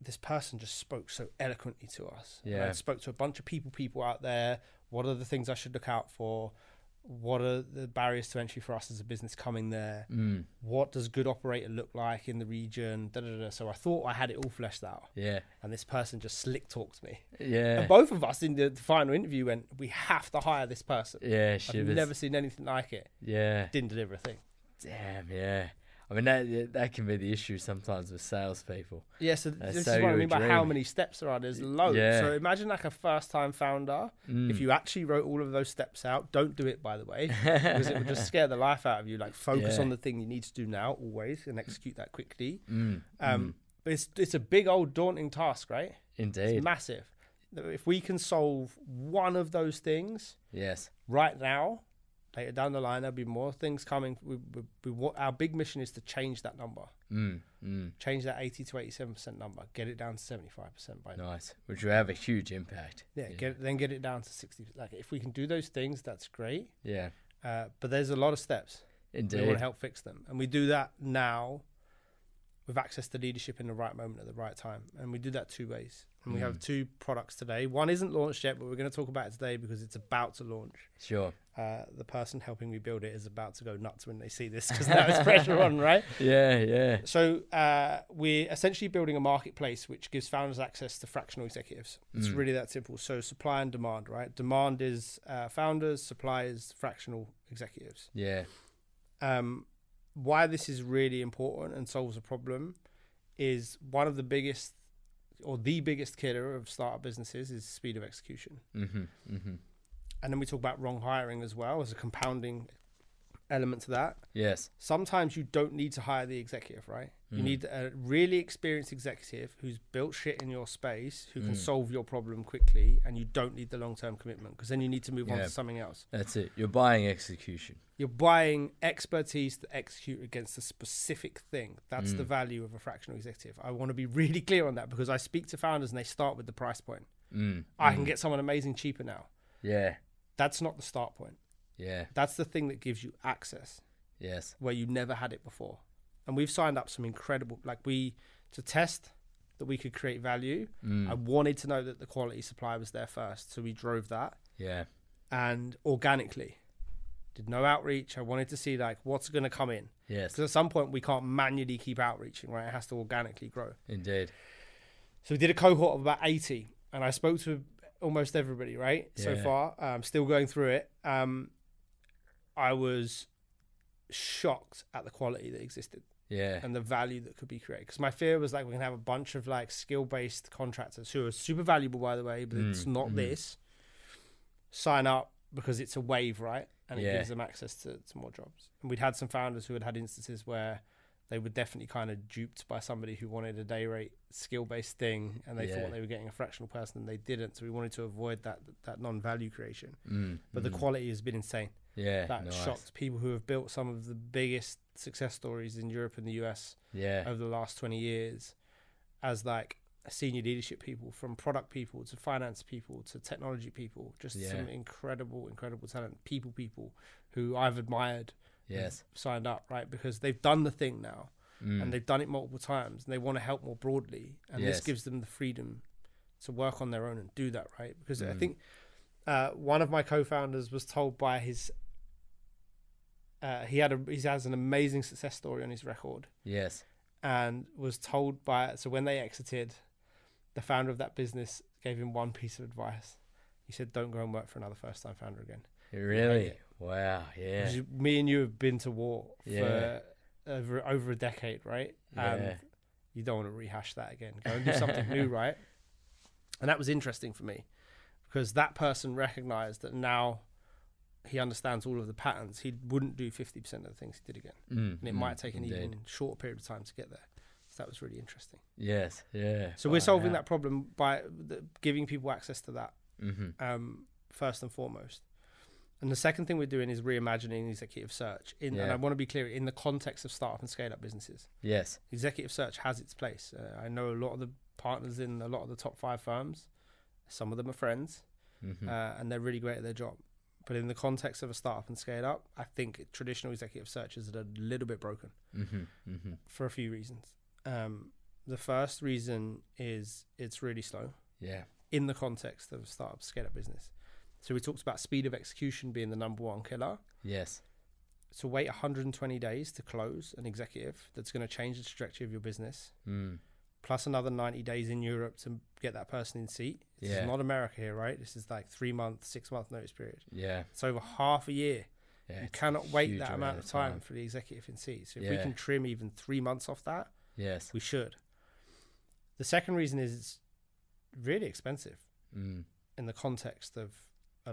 [SPEAKER 2] this person just spoke so eloquently to us. And I
[SPEAKER 1] Yeah.
[SPEAKER 2] spoke to a bunch of people, people out there. What are the things I should look out for? What are the barriers to entry for us as a business coming there?
[SPEAKER 1] Mm.
[SPEAKER 2] What does good operator look like in the region? Da, da, da, da. So I thought I had it all fleshed out
[SPEAKER 1] Yeah.
[SPEAKER 2] and this person just slick talked me.
[SPEAKER 1] Yeah.
[SPEAKER 2] And both of us in the, the final interview went, "We have to hire this person."
[SPEAKER 1] Yeah.
[SPEAKER 2] I've
[SPEAKER 1] Shivers.
[SPEAKER 2] never seen anything like it.
[SPEAKER 1] Yeah.
[SPEAKER 2] Didn't deliver a thing.
[SPEAKER 1] Damn. Yeah. I mean that that can be the issue sometimes with salespeople.
[SPEAKER 2] Yeah, so
[SPEAKER 1] They
[SPEAKER 2] this is
[SPEAKER 1] sell
[SPEAKER 2] what I
[SPEAKER 1] you a
[SPEAKER 2] mean by how
[SPEAKER 1] dream.
[SPEAKER 2] many steps there are. There's loads.
[SPEAKER 1] Yeah. Hmm.
[SPEAKER 2] So imagine like a first-time founder.
[SPEAKER 1] Mm.
[SPEAKER 2] If you actually wrote all of those steps out, don't do it by the way, because it would just scare the life out of you. Like focus
[SPEAKER 1] Yeah.
[SPEAKER 2] on the thing you need to do now always and execute that quickly.
[SPEAKER 1] Mm.
[SPEAKER 2] Um, But it's it's a big old daunting task, right? It's
[SPEAKER 1] Indeed.
[SPEAKER 2] massive. If we can solve one of those things,
[SPEAKER 1] yes.
[SPEAKER 2] right now later down the line there'll be more things coming we, we, we want, our big mission is to change that number
[SPEAKER 1] Mm. Mm.
[SPEAKER 2] change that 80 to 87% number get it down to 75% by
[SPEAKER 1] Nice. Which will have a huge impact.
[SPEAKER 2] yeah, Get, then get it down to 60 like if we can do those things that's great
[SPEAKER 1] Yeah.
[SPEAKER 2] uh, but there's a lot of steps we want
[SPEAKER 1] Indeed.
[SPEAKER 2] to help fix them and we do that now with access to leadership in the right moment at the right time and we do that two ways and we have two products today one isn't launched yet but we're going to talk about it today because it's about to launch
[SPEAKER 1] Sure.
[SPEAKER 2] uh, the person helping me build it is about to go nuts when they see this because now it's pressure on, right?
[SPEAKER 1] Yeah. Yeah.
[SPEAKER 2] So uh, we're essentially building a marketplace which gives founders access to fractional executives. It's really that simple. So supply and demand, right? Demand is uh, founders, supply is fractional executives.
[SPEAKER 1] Yeah.
[SPEAKER 2] Um, why this is really important and solves a problem is one of the biggest or the biggest killer of startup businesses is speed of execution
[SPEAKER 1] Mm-hmm. Mm-hmm.
[SPEAKER 2] and then we talk about wrong hiring as well as a compounding element to that.
[SPEAKER 1] Yes.
[SPEAKER 2] Sometimes you don't need to hire the executive, right?
[SPEAKER 1] Mm.
[SPEAKER 2] You need a really experienced executive who's built shit in your space, who can
[SPEAKER 1] Mm.
[SPEAKER 2] solve your problem quickly, and you don't need the long term commitment because then you need to move on
[SPEAKER 1] Yeah.
[SPEAKER 2] to something else.
[SPEAKER 1] That's it. You're buying execution.
[SPEAKER 2] You're buying expertise to execute against a specific thing. That's
[SPEAKER 1] Mm.
[SPEAKER 2] the value of a fractional executive. I want to be really clear on that because I speak to founders and they start with the price point.
[SPEAKER 1] Mm.
[SPEAKER 2] I can get someone amazing cheaper now.
[SPEAKER 1] Yeah.
[SPEAKER 2] That's not the start point.
[SPEAKER 1] Yeah.
[SPEAKER 2] That's the thing that gives you access.
[SPEAKER 1] Yes.
[SPEAKER 2] where you never had it before. And we've signed up some incredible, like we, to test that we could create value. I wanted to know that the quality supply was there first. So we drove that
[SPEAKER 1] Yeah.
[SPEAKER 2] and organically did no outreach. I wanted to see like what's going to come in.
[SPEAKER 1] Yes.
[SPEAKER 2] Because at some point we can't manually keep outreaching, right? It has to organically grow.
[SPEAKER 1] Indeed.
[SPEAKER 2] So we did a cohort of about 80, and I spoke to almost everybody, right? So
[SPEAKER 1] Yeah.
[SPEAKER 2] far, I'm still going through it. Um, I Um, was shocked at the quality that existed
[SPEAKER 1] Yeah.
[SPEAKER 2] and the value that could be created. Because my fear was like we're gonna have a bunch of like skill based contractors who are super valuable by the way, but
[SPEAKER 1] Mm,
[SPEAKER 2] it's not
[SPEAKER 1] mm-hmm.
[SPEAKER 2] this. Sign up because it's a wave, right? And it
[SPEAKER 1] Yeah.
[SPEAKER 2] gives them access to, to more jobs. And we'd had some founders who had had instances where they were definitely kind of duped by somebody who wanted a day rate skill based thing and they
[SPEAKER 1] Yeah.
[SPEAKER 2] thought they were getting a fractional person and they didn't. So we wanted to avoid that that non value creation.
[SPEAKER 1] Mm,
[SPEAKER 2] But the quality has been insane
[SPEAKER 1] yeah.
[SPEAKER 2] that
[SPEAKER 1] nice.
[SPEAKER 2] shocked people who have built some of the biggest success stories in Europe and the US
[SPEAKER 1] Yeah.
[SPEAKER 2] over the last 20 years as like senior leadership people from product people to finance people to technology people just some
[SPEAKER 1] Yeah.
[SPEAKER 2] incredible incredible talent people people who I've admired and
[SPEAKER 1] Yes.
[SPEAKER 2] signed up right because they've done the thing now
[SPEAKER 1] Mm.
[SPEAKER 2] and they've done it multiple times and they want to help more broadly and
[SPEAKER 1] Yes.
[SPEAKER 2] this gives them the freedom to work on their own and do that right because
[SPEAKER 1] Mm.
[SPEAKER 2] i think uh, one of my co-founders was told by his uh, he had a he has an amazing success story on his record
[SPEAKER 1] Yes.
[SPEAKER 2] and was told by so when they exited the founder of that business gave him one piece of advice he said don't go and work for another first time founder again
[SPEAKER 1] Really? Wow. Yeah.
[SPEAKER 2] because me and you have been to war for
[SPEAKER 1] Yeah.
[SPEAKER 2] over over a decade, right?
[SPEAKER 1] Yeah.
[SPEAKER 2] And you don't want to rehash that again. Go and do something new, right? And that was interesting for me because that person recognized that now he understands all of the patterns. He wouldn't do 50% of the things he did again.
[SPEAKER 1] Mm,
[SPEAKER 2] And it
[SPEAKER 1] mm,
[SPEAKER 2] might take an
[SPEAKER 1] indeed.
[SPEAKER 2] even shorter period of time to get there. So that was really interesting.
[SPEAKER 1] Yes. Yeah.
[SPEAKER 2] So we're solving that problem by the, giving people access to that
[SPEAKER 1] Mm-hmm.
[SPEAKER 2] um, first and foremost. And the second thing we're doing is reimagining executive search. In, And
[SPEAKER 1] Yeah.
[SPEAKER 2] I want to be clear in the context of startup and scale up businesses,
[SPEAKER 1] Yes.
[SPEAKER 2] executive search has its place. Uh, I know a lot of the partners in a lot of the top five firms, some of them are friends,
[SPEAKER 1] Mm-hmm.
[SPEAKER 2] uh, and they're really great at their job. But in the context of a startup and scale up, I think traditional executive search is a little bit broken
[SPEAKER 1] mm-hmm. Mm-hmm.
[SPEAKER 2] for a few reasons. Um, the first reason is it's really slow
[SPEAKER 1] Yeah.
[SPEAKER 2] in the context of startup scale up business. So we talked about speed of execution being the number one killer.
[SPEAKER 1] Yes.
[SPEAKER 2] So wait 120 days to close an executive that's going to change the trajectory of your business,
[SPEAKER 1] Mm.
[SPEAKER 2] plus another 90 days in Europe to get that person in seat. This
[SPEAKER 1] Yeah.
[SPEAKER 2] is not America here, right? This is like three month, six month notice period.
[SPEAKER 1] Yeah.
[SPEAKER 2] It's over half a year.
[SPEAKER 1] Yeah.
[SPEAKER 2] you
[SPEAKER 1] it's a
[SPEAKER 2] cannot wait
[SPEAKER 1] huge
[SPEAKER 2] that amount of time, for the executive in seat. So if we
[SPEAKER 1] Yeah.
[SPEAKER 2] can trim even three months off that,
[SPEAKER 1] Yes.
[SPEAKER 2] we should. The second reason is it's really expensive.
[SPEAKER 1] Mm.
[SPEAKER 2] in the context of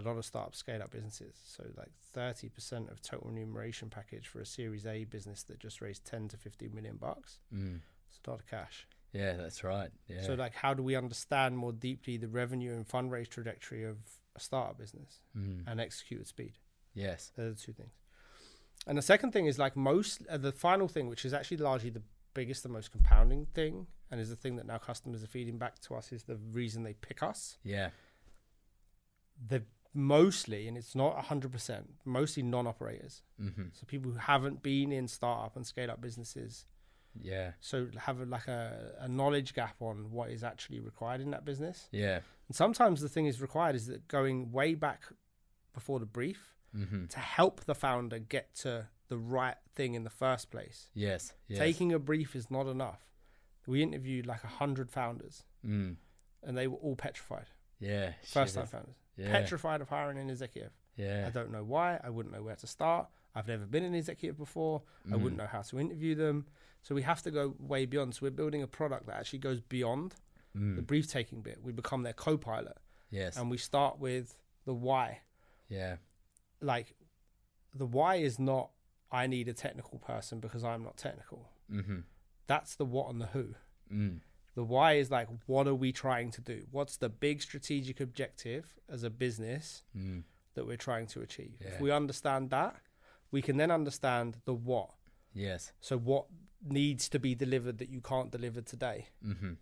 [SPEAKER 2] a lot of startup scale up businesses. So like 30% of total remuneration package for a series A business that just raised 10 to 15 million bucks.
[SPEAKER 1] Mm.
[SPEAKER 2] It's a lot of cash.
[SPEAKER 1] Yeah. That's right. Yeah.
[SPEAKER 2] So like how do we understand more deeply the revenue and fundraise trajectory of a startup business
[SPEAKER 1] mm.
[SPEAKER 2] and execute at speed?
[SPEAKER 1] Yes.
[SPEAKER 2] They're the two things. And the second thing is like most uh, the final thing, which is actually largely the biggest, the most compounding thing, and is the thing that now customers are feeding back to us is the reason they pick us
[SPEAKER 1] Yeah.
[SPEAKER 2] the mostly and it's not 100% mostly non-operators
[SPEAKER 1] Mm-hmm.
[SPEAKER 2] so people who haven't been in startup and scale up businesses
[SPEAKER 1] Yeah.
[SPEAKER 2] so have a, like a, a knowledge gap on what is actually required in that business
[SPEAKER 1] Yeah.
[SPEAKER 2] and sometimes the thing is required is that going way back before the brief
[SPEAKER 1] Mm-hmm.
[SPEAKER 2] to help the founder get to the right thing in the first place
[SPEAKER 1] Yes. Yes.
[SPEAKER 2] taking a brief is not enough we interviewed like 100 founders
[SPEAKER 1] Mm.
[SPEAKER 2] and they were all petrified
[SPEAKER 1] Yeah.
[SPEAKER 2] first time
[SPEAKER 1] shivers.
[SPEAKER 2] founders
[SPEAKER 1] Yeah.
[SPEAKER 2] petrified of hiring an executive I
[SPEAKER 1] Yeah.
[SPEAKER 2] don't know why. I wouldn't know where to start. I've never been an executive before.
[SPEAKER 1] Mm.
[SPEAKER 2] I wouldn't know how to interview them. So we have to go way beyond. So we're building a product that actually goes beyond the
[SPEAKER 1] Mm.
[SPEAKER 2] brief taking bit. We become their co pilot
[SPEAKER 1] Yes.
[SPEAKER 2] and we start with the why.
[SPEAKER 1] Yeah.
[SPEAKER 2] Like, the why is not, I need a technical person because I'm not technical.
[SPEAKER 1] Mm-hmm.
[SPEAKER 2] That's the what and the who.
[SPEAKER 1] Mm.
[SPEAKER 2] The why is like, what are we trying to do? What's the big strategic objective as a business?
[SPEAKER 1] Mm.
[SPEAKER 2] that we're trying to achieve.
[SPEAKER 1] Yeah.
[SPEAKER 2] If we understand that, we can then understand the what.
[SPEAKER 1] Yes.
[SPEAKER 2] So, what needs to be delivered that you can't deliver today?
[SPEAKER 1] Mm-hmm.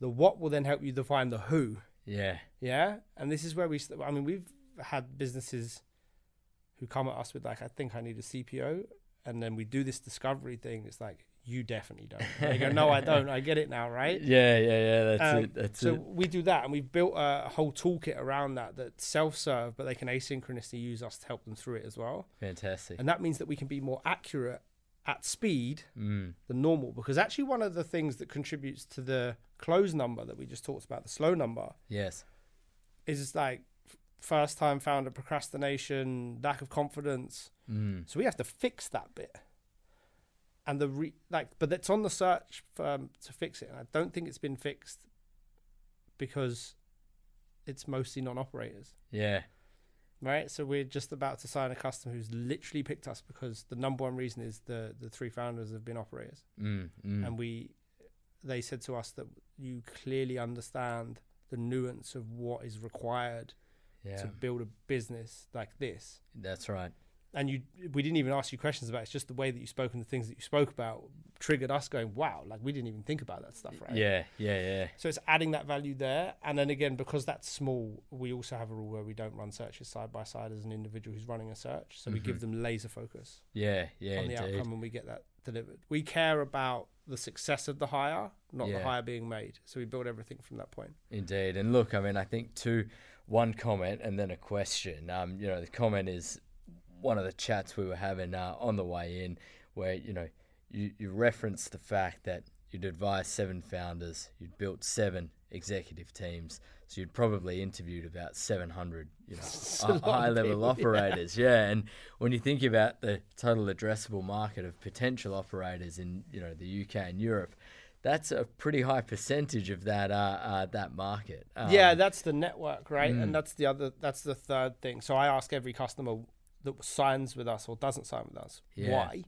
[SPEAKER 2] The what will then help you define the who.
[SPEAKER 1] Yeah.
[SPEAKER 2] Yeah. And this is where we, st- I mean, we've had businesses who come at us with, like, I think I need a CPO. And then we do this discovery thing. It's like, you definitely don't. And they go, no, I don't. I get it now, right?
[SPEAKER 1] Yeah. Yeah. Yeah. That's
[SPEAKER 2] Um,
[SPEAKER 1] it. That's
[SPEAKER 2] so
[SPEAKER 1] it.
[SPEAKER 2] we do that, and we've built a whole toolkit around that that's self-serve, but they can asynchronously use us to help them through it as well.
[SPEAKER 1] Fantastic.
[SPEAKER 2] And that means that we can be more accurate at speed
[SPEAKER 1] Mm.
[SPEAKER 2] than normal. Because actually, one of the things that contributes to the close number that we just talked about, the slow number,
[SPEAKER 1] Yes.
[SPEAKER 2] is just like first time founder procrastination, lack of confidence,
[SPEAKER 1] Mm.
[SPEAKER 2] So we have to fix that bit. And the re- like, but it's on the search firm to fix it, and I don't think it's been fixed because it's mostly non-operators,
[SPEAKER 1] Yeah.
[SPEAKER 2] right? So we're just about to sign a customer who's literally picked us because the number one reason is the the three founders have been operators,
[SPEAKER 1] Mm. Mm.
[SPEAKER 2] and we they said to us that you clearly understand the nuance of what is required
[SPEAKER 1] yeah.
[SPEAKER 2] to build a business like this
[SPEAKER 1] That's right.
[SPEAKER 2] and you we didn't even ask you questions about it. it's just the way that you spoke and the things that you spoke about triggered us going wow like we didn't even think about that stuff right
[SPEAKER 1] Yeah. Yeah. Yeah.
[SPEAKER 2] so it's adding that value there and then again because that's small we also have a rule where we don't run searches side by side as an individual who's running a search so we give them laser focus
[SPEAKER 1] Yeah. Yeah.
[SPEAKER 2] on the
[SPEAKER 1] Mm-hmm. Indeed.
[SPEAKER 2] outcome and we get that delivered we care about the success of the hire not
[SPEAKER 1] Yeah.
[SPEAKER 2] the hire being made so we build everything from that point
[SPEAKER 1] Indeed. And look, I mean, I think two, one comment and then a question. Um, you know, the comment is one of the chats we were having uh, on the way in where, you know, you, you referenced the fact that you'd advised seven founders, you'd built seven executive teams, so you'd probably interviewed about 700, you know,
[SPEAKER 2] lot of
[SPEAKER 1] high level
[SPEAKER 2] people, yeah.
[SPEAKER 1] operators. yeah. And when you think about the total addressable market of potential operators in, you know, the UK and Europe, that's a pretty high percentage of that uh, uh, that market. Um, mm.
[SPEAKER 2] yeah that's the network right and that's the other that's the third thing so i ask every customer that signs with us or doesn't sign with us
[SPEAKER 1] Yeah.
[SPEAKER 2] why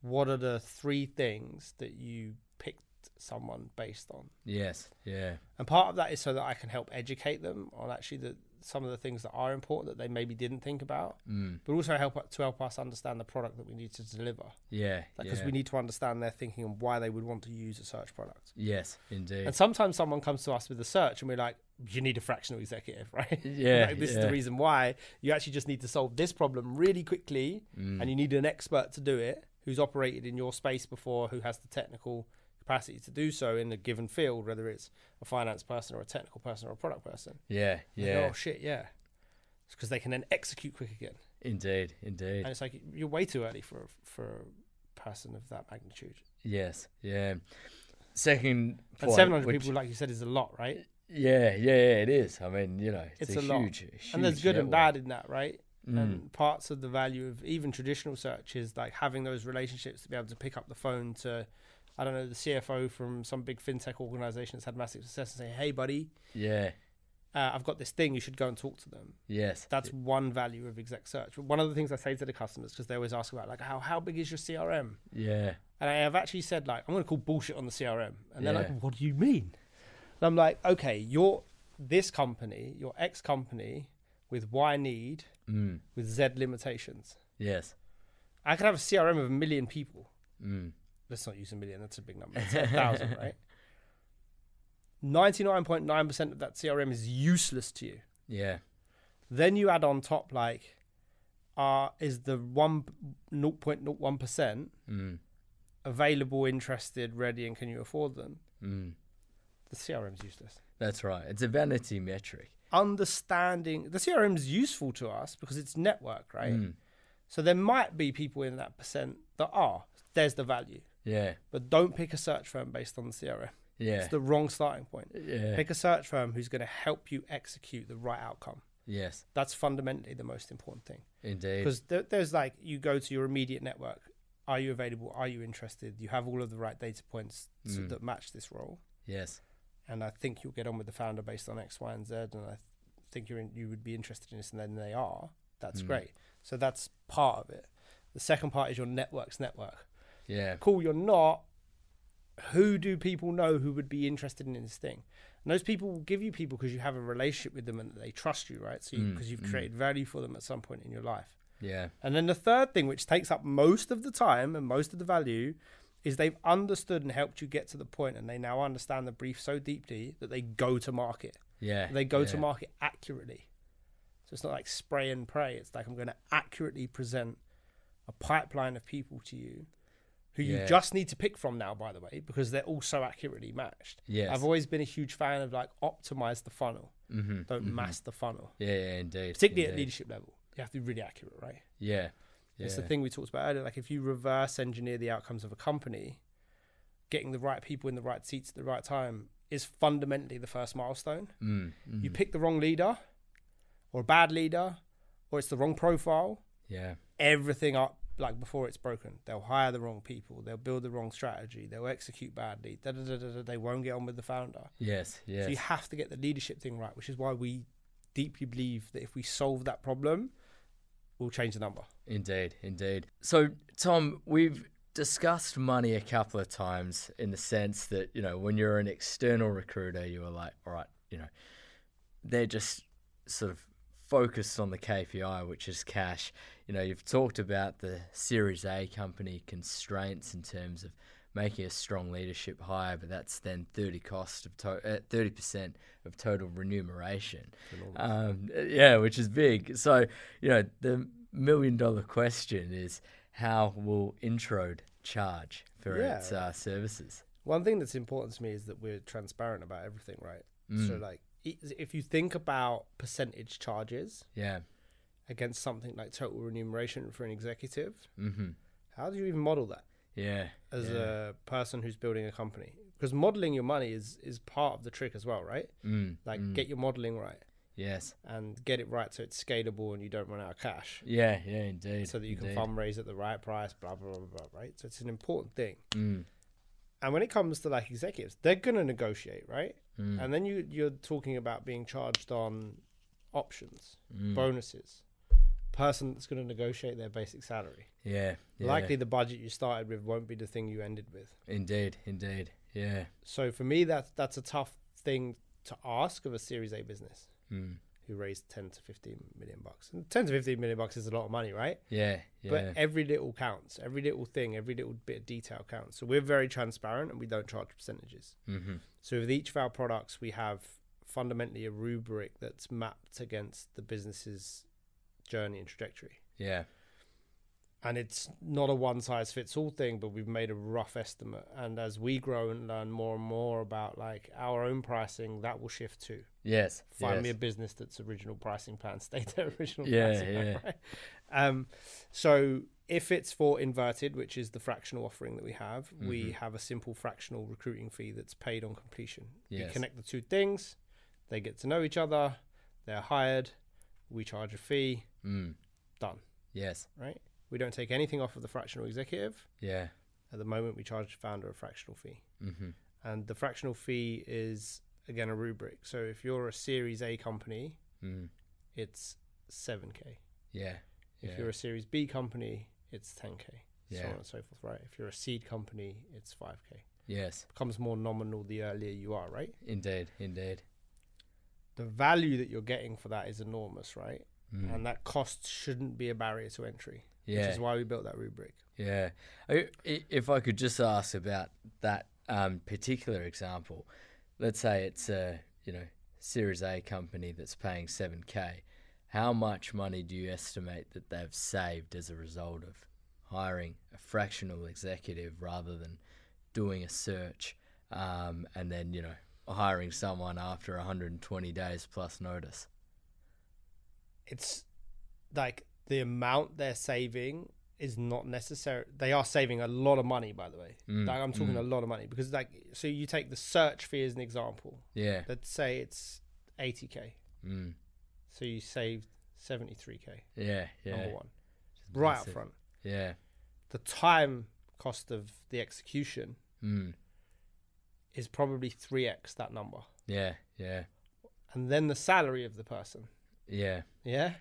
[SPEAKER 2] what are the three things that you picked someone based on
[SPEAKER 1] Yes. Yeah.
[SPEAKER 2] and part of that is so that i can help educate them on actually the some of the things that are important that they maybe didn't think about
[SPEAKER 1] Mm.
[SPEAKER 2] but also help to help us understand the product that we need to deliver
[SPEAKER 1] Yeah.
[SPEAKER 2] because
[SPEAKER 1] yeah.
[SPEAKER 2] we need to understand their thinking and why they would want to use a search product
[SPEAKER 1] Yes, indeed.
[SPEAKER 2] and sometimes someone comes to us with a search and we're like, you need a fractional executive, right?
[SPEAKER 1] Yeah,
[SPEAKER 2] like, this is
[SPEAKER 1] yeah.
[SPEAKER 2] the reason why you actually just need to solve this problem really quickly
[SPEAKER 1] Mm.
[SPEAKER 2] and you need an expert to do it who's operated in your space before, who has the technical capacity to do so in a given field, whether it's a finance person or a technical person or a product person.
[SPEAKER 1] Yeah.
[SPEAKER 2] And they go,
[SPEAKER 1] Yeah.
[SPEAKER 2] Oh, shit, yeah. Because they can then execute quick again.
[SPEAKER 1] Indeed. Indeed.
[SPEAKER 2] And it's like, you're way too early for, for a person of that magnitude.
[SPEAKER 1] Yes. Yeah. Second
[SPEAKER 2] And
[SPEAKER 1] point,
[SPEAKER 2] 700
[SPEAKER 1] which-
[SPEAKER 2] people, like you said, is a lot, right?
[SPEAKER 1] Yeah, yeah, yeah, it is. I mean, you know, it's,
[SPEAKER 2] It's
[SPEAKER 1] a,
[SPEAKER 2] a lot.
[SPEAKER 1] huge, huge
[SPEAKER 2] and there's good and
[SPEAKER 1] network.
[SPEAKER 2] bad in that, right?
[SPEAKER 1] Mm.
[SPEAKER 2] And parts of the value of even traditional search is like having those relationships to be able to pick up the phone to, I don't know, the CFO from some big fintech organization that's had massive success and say, hey, buddy,
[SPEAKER 1] Yeah.
[SPEAKER 2] uh, I've got this thing. You should go and talk to them.
[SPEAKER 1] Yes.
[SPEAKER 2] That's one value of exec search. But one of the things I say to the customers because they always ask about like how how big is your CRM?
[SPEAKER 1] yeah.
[SPEAKER 2] And I have actually said like I'm going to call bullshit on the CRM, and they're
[SPEAKER 1] Yeah.
[SPEAKER 2] like, "What do you mean?" And I'm like, "Okay, you're this company, your ex company, with Y need,
[SPEAKER 1] Mm.
[SPEAKER 2] with Z limitations.
[SPEAKER 1] Yes.
[SPEAKER 2] I could have a CRM of a million people.
[SPEAKER 1] Mm.
[SPEAKER 2] Let's not use a million, that's a big number. It's a thousand, right? 99.9% of that CRM is useless to you.
[SPEAKER 1] Yeah.
[SPEAKER 2] Then you add on top, like, uh, is the one 0.01%
[SPEAKER 1] Mm.
[SPEAKER 2] available, interested, ready, and can you afford them?
[SPEAKER 1] Mm.
[SPEAKER 2] The CRM's useless.
[SPEAKER 1] That's right. It's a vanity metric.
[SPEAKER 2] Understanding the CRM's useful to us because it's network, right?
[SPEAKER 1] Mm.
[SPEAKER 2] So there might be people in that percent that are. There's the value.
[SPEAKER 1] Yeah.
[SPEAKER 2] but don't pick a search firm based on the CRM.
[SPEAKER 1] Yeah.
[SPEAKER 2] It's the wrong starting point.
[SPEAKER 1] yeah.
[SPEAKER 2] Pick a search firm who's going to help you execute the right outcome.
[SPEAKER 1] yes.
[SPEAKER 2] That's fundamentally the most important thing.
[SPEAKER 1] Indeed.
[SPEAKER 2] Because there, there's like, you go to your immediate network. Are you available? Are you interested? You have all of the right data points to,
[SPEAKER 1] Mm.
[SPEAKER 2] that match this role.
[SPEAKER 1] Yes.
[SPEAKER 2] And I think you'll get on with the founder based on X, Y, and Z. And I th- think you're in, you would be interested in this. And then they
[SPEAKER 1] Mm.
[SPEAKER 2] are. That's great. So that's part of it. The second part is your network's network
[SPEAKER 1] Yeah.
[SPEAKER 2] cool, you're not. Who do people know who would be interested in this thing? And those people will give you people because you have a relationship with them and they trust you, right? So because you, 'cause you've created value for them at some point in your life.
[SPEAKER 1] Yeah.
[SPEAKER 2] And then the third thing, which takes up most of the time and most of the value, is they've understood and helped you get to the point, and they now understand the brief so deeply that they go to market.
[SPEAKER 1] Yeah.
[SPEAKER 2] They go to
[SPEAKER 1] yeah.
[SPEAKER 2] market accurately. So it's not like spray and pray. It's like I'm going to accurately present a pipeline of people to you who
[SPEAKER 1] Yeah.
[SPEAKER 2] you just need to pick from now, by the way, because they're all so accurately matched.
[SPEAKER 1] Yes.
[SPEAKER 2] I've always been a huge fan of like optimize the funnel,
[SPEAKER 1] Mhm,
[SPEAKER 2] don't mass the funnel,
[SPEAKER 1] Yeah, yeah, indeed.
[SPEAKER 2] particularly at
[SPEAKER 1] indeed.
[SPEAKER 2] leadership level. You have to be really accurate, right?
[SPEAKER 1] Yeah. Yeah.
[SPEAKER 2] It's the thing we talked about earlier. Like if you reverse engineer the outcomes of a company, getting the right people in the right seats at the right time is fundamentally the first milestone.
[SPEAKER 1] Mm, mm,
[SPEAKER 2] You pick the wrong leader, or a bad leader, or it's the wrong profile,
[SPEAKER 1] yeah.
[SPEAKER 2] everything up like before it's broken. They'll hire the wrong people. They'll build the wrong strategy. They'll execute badly. Da, da, da, da, da. They won't get on with the founder.
[SPEAKER 1] Yes, yes.
[SPEAKER 2] So you have to get the leadership thing right, which is why we deeply believe that if we solve that problem, we'll change the number.
[SPEAKER 1] Indeed, indeed. So, Tom, we've discussed money a couple of times in the sense that, you know, when you're an external recruiter, you are like, all right, you know, they're just sort of focused on the KPI, which is cash. You know, you've talked about the Series A company constraints in terms of making a strong leadership hire, but that's then 30 cost of to- uh, 30% of total remuneration. Um, yeah, which is big. So, you know, the million dollar question is how will Introde charge for
[SPEAKER 2] Yeah.
[SPEAKER 1] its uh, services?
[SPEAKER 2] One thing that's important to me is that we're transparent about everything, right? So like, i- if you think about percentage charges
[SPEAKER 1] Yeah.
[SPEAKER 2] against something like total remuneration for an executive,
[SPEAKER 1] Mm-hmm.
[SPEAKER 2] how do you even model that?
[SPEAKER 1] Yeah.
[SPEAKER 2] as
[SPEAKER 1] yeah.
[SPEAKER 2] a person who's building a company because modeling your money is is part of the trick as well right
[SPEAKER 1] Mm,
[SPEAKER 2] like get your modeling right
[SPEAKER 1] yes.
[SPEAKER 2] and get it right so it's scalable and you don't run out of cash
[SPEAKER 1] Yeah. Yeah. Indeed.
[SPEAKER 2] so that you can
[SPEAKER 1] indeed.
[SPEAKER 2] fundraise at the right price blah blah blah blah blah, right so it's an important thing
[SPEAKER 1] Mm,
[SPEAKER 2] and when it comes to like executives they're gonna negotiate right
[SPEAKER 1] Mm.
[SPEAKER 2] and then you you're talking about being charged on options
[SPEAKER 1] Mm.
[SPEAKER 2] bonuses person that's gonna negotiate their basic salary
[SPEAKER 1] yeah. yeah.
[SPEAKER 2] likely the budget you started with won't be the thing you ended with
[SPEAKER 1] Indeed. Indeed. Yeah.
[SPEAKER 2] So for me, that's that's a tough thing to ask of a Series A business
[SPEAKER 1] Mm,
[SPEAKER 2] who raised ten to fifteen million bucks. And ten to fifteen million bucks is a lot of money, right?
[SPEAKER 1] yeah. Yeah.
[SPEAKER 2] But every little counts. Every little thing, every little bit of detail counts. So we're very transparent and we don't charge percentages.
[SPEAKER 1] mm-hmm.
[SPEAKER 2] So with each of our products, we have fundamentally a rubric that's mapped against the business's journey and trajectory.
[SPEAKER 1] Yeah.
[SPEAKER 2] And it's not a one size fits all thing, but we've made a rough estimate. And as we grow and learn more and more about like our own pricing, that will shift too.
[SPEAKER 1] Yes.
[SPEAKER 2] find
[SPEAKER 1] yes.
[SPEAKER 2] me a business that's original pricing plan stay their original
[SPEAKER 1] Yeah,
[SPEAKER 2] pricing plan, right? um so if it's for inverted which is the fractional offering that we have
[SPEAKER 1] Mm-hmm.
[SPEAKER 2] we have a simple fractional recruiting fee that's paid on completion
[SPEAKER 1] Yes.
[SPEAKER 2] we connect the two things they get to know each other they're hired we charge a fee
[SPEAKER 1] Mm,
[SPEAKER 2] done
[SPEAKER 1] yes.
[SPEAKER 2] right we don't take anything off of the fractional executive
[SPEAKER 1] Yeah.
[SPEAKER 2] at the moment we charge the founder a fractional fee
[SPEAKER 1] Mm-hmm.
[SPEAKER 2] and the fractional fee is again a rubric so if you're a series a company
[SPEAKER 1] Mm,
[SPEAKER 2] it's 7k.
[SPEAKER 1] yeah.
[SPEAKER 2] If
[SPEAKER 1] Yeah.
[SPEAKER 2] you're a Series B company, it's 10k. So
[SPEAKER 1] Yeah.
[SPEAKER 2] on and so forth, right? If you're a seed company, it's 5k.
[SPEAKER 1] Yes.
[SPEAKER 2] Becomes more nominal the earlier you are, right?
[SPEAKER 1] Indeed. Indeed.
[SPEAKER 2] The value that you're getting for that is enormous, right?
[SPEAKER 1] Mm.
[SPEAKER 2] And that cost shouldn't be a barrier to entry,
[SPEAKER 1] Yeah.
[SPEAKER 2] which is why we built that rubric.
[SPEAKER 1] Yeah. I- i- If I could just ask about that um, particular example, let's say it's a you know Series A company that's paying seven k. How much money do you estimate that they've saved as a result of hiring a fractional executive rather than doing a search um, and then you know hiring someone after 120 days plus notice?
[SPEAKER 2] It's like the amount they're saving is not necessary. They are saving a lot of money, by the way.
[SPEAKER 1] Mm.
[SPEAKER 2] Like I'm talking a lot of money because, like, so you take the search fee as an example.
[SPEAKER 1] Yeah.
[SPEAKER 2] Let's say it's 80k.
[SPEAKER 1] Mm.
[SPEAKER 2] So you saved 73k,
[SPEAKER 1] Yeah. Yeah.
[SPEAKER 2] number one, right up
[SPEAKER 1] massive.
[SPEAKER 2] front.
[SPEAKER 1] Yeah.
[SPEAKER 2] The time cost of the execution
[SPEAKER 1] Mm.
[SPEAKER 2] is probably 3x that number.
[SPEAKER 1] Yeah. Yeah.
[SPEAKER 2] And then the salary of the person.
[SPEAKER 1] Yeah.
[SPEAKER 2] Yeah.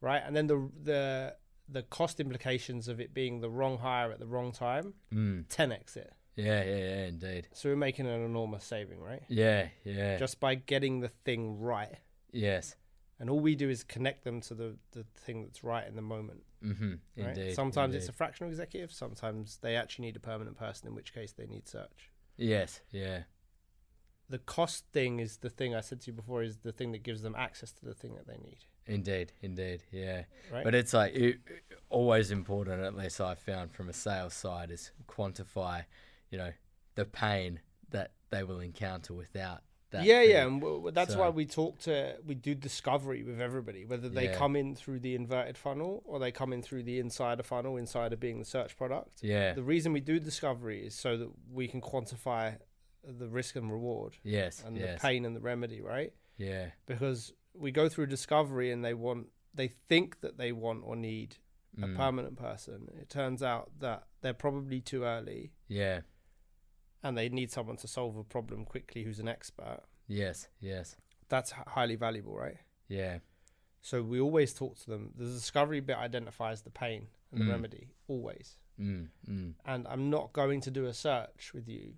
[SPEAKER 2] Right. And then the, the, the cost implications of it being the wrong hire at the wrong time,
[SPEAKER 1] Mm.
[SPEAKER 2] 10x it.
[SPEAKER 1] Yeah, yeah, yeah, indeed.
[SPEAKER 2] So we're making an enormous saving, right?
[SPEAKER 1] Yeah, yeah.
[SPEAKER 2] Just by getting the thing right.
[SPEAKER 1] yes.
[SPEAKER 2] And all we do is connect them to the, the thing that's right in the moment.
[SPEAKER 1] Mm-hmm.
[SPEAKER 2] Right?
[SPEAKER 1] Indeed.
[SPEAKER 2] sometimes it's a
[SPEAKER 1] indeed.
[SPEAKER 2] fractional executive, sometimes they actually need a permanent person, in which case they need search.
[SPEAKER 1] Yes. Yeah.
[SPEAKER 2] The cost thing is the thing I said to you before is the thing that gives them access to the thing that they need.
[SPEAKER 1] Indeed. Indeed. Yeah.
[SPEAKER 2] Right.
[SPEAKER 1] But it's like it, always important, at least I've found from a sales side, is quantify, you know, the pain that they will encounter without that.
[SPEAKER 2] yeah,
[SPEAKER 1] thing.
[SPEAKER 2] yeah, and w- w- that's
[SPEAKER 1] So-
[SPEAKER 2] why we talk to we do discovery with everybody, whether they
[SPEAKER 1] Yeah.
[SPEAKER 2] come in through the inverted funnel or they come in through the insider funnel, insider being the search product.
[SPEAKER 1] Yeah.
[SPEAKER 2] The reason we do discovery is so that we can quantify the risk and reward
[SPEAKER 1] Yes.
[SPEAKER 2] and
[SPEAKER 1] yes.
[SPEAKER 2] the pain and the remedy, right?
[SPEAKER 1] Yeah.
[SPEAKER 2] because we go through discovery and they want they think that they want or need
[SPEAKER 1] Mm.
[SPEAKER 2] a permanent person, it turns out that they're probably too early
[SPEAKER 1] Yeah.
[SPEAKER 2] and they need someone to solve a problem quickly who's an expert.
[SPEAKER 1] Yes. Yes.
[SPEAKER 2] That's h- highly valuable, right?
[SPEAKER 1] Yeah.
[SPEAKER 2] So we always talk to them. The discovery bit identifies the pain and the remedy always.
[SPEAKER 1] Mm. Mm.
[SPEAKER 2] And I'm not going to do a search with you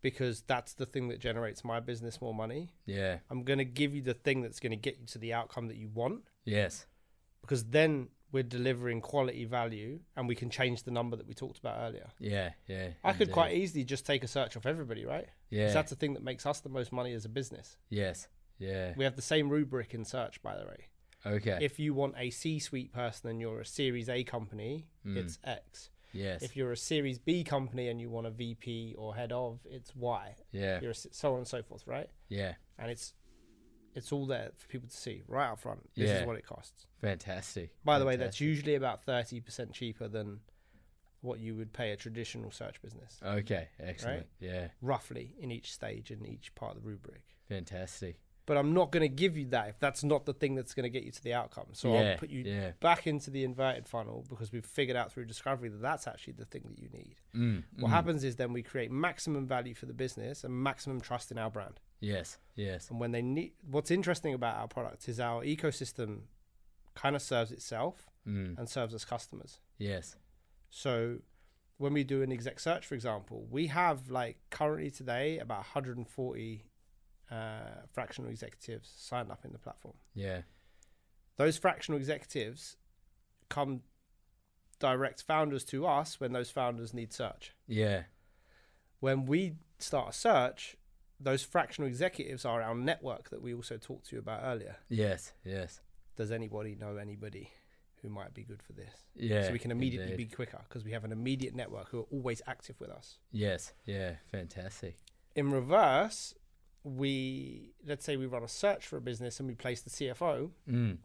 [SPEAKER 2] because that's the thing that generates my business more money.
[SPEAKER 1] Yeah.
[SPEAKER 2] I'm going to give you the thing that's going to get you to the outcome that you want
[SPEAKER 1] Yes.
[SPEAKER 2] because then we're delivering quality value and we can change the number that we talked about earlier.
[SPEAKER 1] Yeah. Yeah.
[SPEAKER 2] I could
[SPEAKER 1] indeed.
[SPEAKER 2] quite easily just take a search off everybody, right? 'Cause
[SPEAKER 1] Yeah.
[SPEAKER 2] that's the thing that makes us the most money as a business.
[SPEAKER 1] yes. Yeah.
[SPEAKER 2] We have the same rubric in search, by the way.
[SPEAKER 1] Okay.
[SPEAKER 2] If you want a C suite person and you're a Series A company, it's X.
[SPEAKER 1] Mm. yes.
[SPEAKER 2] If you're a Series B company and you want a VP or head of, it's Y.
[SPEAKER 1] yeah.
[SPEAKER 2] You're a s so on and so forth, right?
[SPEAKER 1] Yeah.
[SPEAKER 2] And it's it's all there for people to see right out front. This
[SPEAKER 1] Yeah.
[SPEAKER 2] is what it costs.
[SPEAKER 1] Fantastic.
[SPEAKER 2] By the way, that's usually about thirty percent cheaper than what you would pay a traditional search business,
[SPEAKER 1] Okay. Excellent. Yeah.
[SPEAKER 2] roughly in each stage in each part of the rubric.
[SPEAKER 1] Fantastic.
[SPEAKER 2] But I'm not going to give you that if that's not the thing that's going to get you to the outcome. So
[SPEAKER 1] Yeah,
[SPEAKER 2] I'll put you
[SPEAKER 1] yeah.
[SPEAKER 2] back into the inverted funnel because we've figured out through discovery that that's actually the thing that you need.
[SPEAKER 1] Mm,
[SPEAKER 2] what happens is then we create maximum value for the business and maximum trust in our brand.
[SPEAKER 1] Yes. Yes.
[SPEAKER 2] And when they need, what's interesting about our product is our ecosystem kind of serves itself
[SPEAKER 1] Mm.
[SPEAKER 2] and serves us customers.
[SPEAKER 1] Yes.
[SPEAKER 2] So when we do an exec search, for example, we have like currently today about 140 uh, fractional executives signed up in the platform.
[SPEAKER 1] Yeah.
[SPEAKER 2] Those fractional executives come direct founders to us when those founders need search.
[SPEAKER 1] Yeah.
[SPEAKER 2] When we start a search, those fractional executives are our network that we also talked to you about earlier.
[SPEAKER 1] Yes. Yes.
[SPEAKER 2] Does anybody know anybody who might be good for this?
[SPEAKER 1] Yeah.
[SPEAKER 2] so we can immediately
[SPEAKER 1] indeed.
[SPEAKER 2] be quicker because we have an immediate network who are always active with us.
[SPEAKER 1] Yes. Yeah. Fantastic.
[SPEAKER 2] in reverse, we let's say we run a search for a business and we place the CFO.
[SPEAKER 1] Mm.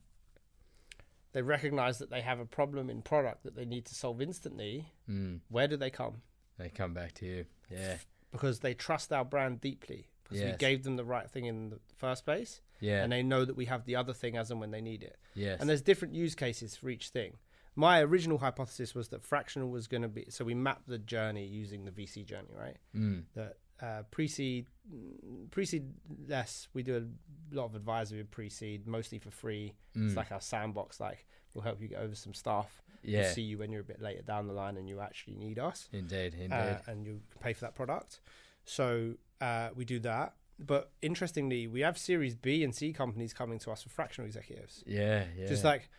[SPEAKER 2] They recognize that they have a problem in product that they need to solve instantly.
[SPEAKER 1] Mm.
[SPEAKER 2] Where do they come?
[SPEAKER 1] They come back to you. Yeah.
[SPEAKER 2] Because they trust our brand deeply because we
[SPEAKER 1] Yes.
[SPEAKER 2] gave them the right thing in the first place,
[SPEAKER 1] Yeah.
[SPEAKER 2] and they know that we have the other thing as and when they need it.
[SPEAKER 1] yes.
[SPEAKER 2] And there's different use cases for each thing. My original hypothesis was that fractional was going to be so we mapped the journey using the VC journey, right?
[SPEAKER 1] mm.
[SPEAKER 2] that uh, pre-seed, mm, pre-seed less. We do a lot of advisory with pre-seed, mostly for free.
[SPEAKER 1] mm.
[SPEAKER 2] It's like our sandbox. Like we'll help you get over some stuff.
[SPEAKER 1] Yeah.
[SPEAKER 2] We'll see you when you're a bit later down the line and you actually need us,
[SPEAKER 1] Indeed. Indeed.
[SPEAKER 2] uh, and you can pay for that product. So uh, we do that. But interestingly, we have Series B and C companies coming to us for fractional executives.
[SPEAKER 1] yeah. Yeah.
[SPEAKER 2] Just like,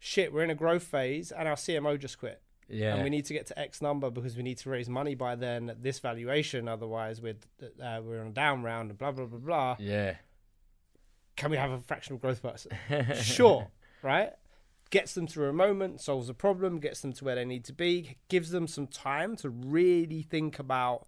[SPEAKER 2] shit, we're in a growth phase, and our CMO just quit
[SPEAKER 1] yeah.
[SPEAKER 2] and we need to get to X number because we need to raise money by then at this valuation. Otherwise, we're uh, we're on a down round and blah blah blah blah.
[SPEAKER 1] yeah.
[SPEAKER 2] Can we have a fractional growth person? sure, right? Gets them through a moment, solves a problem, gets them to where they need to be, gives them some time to really think about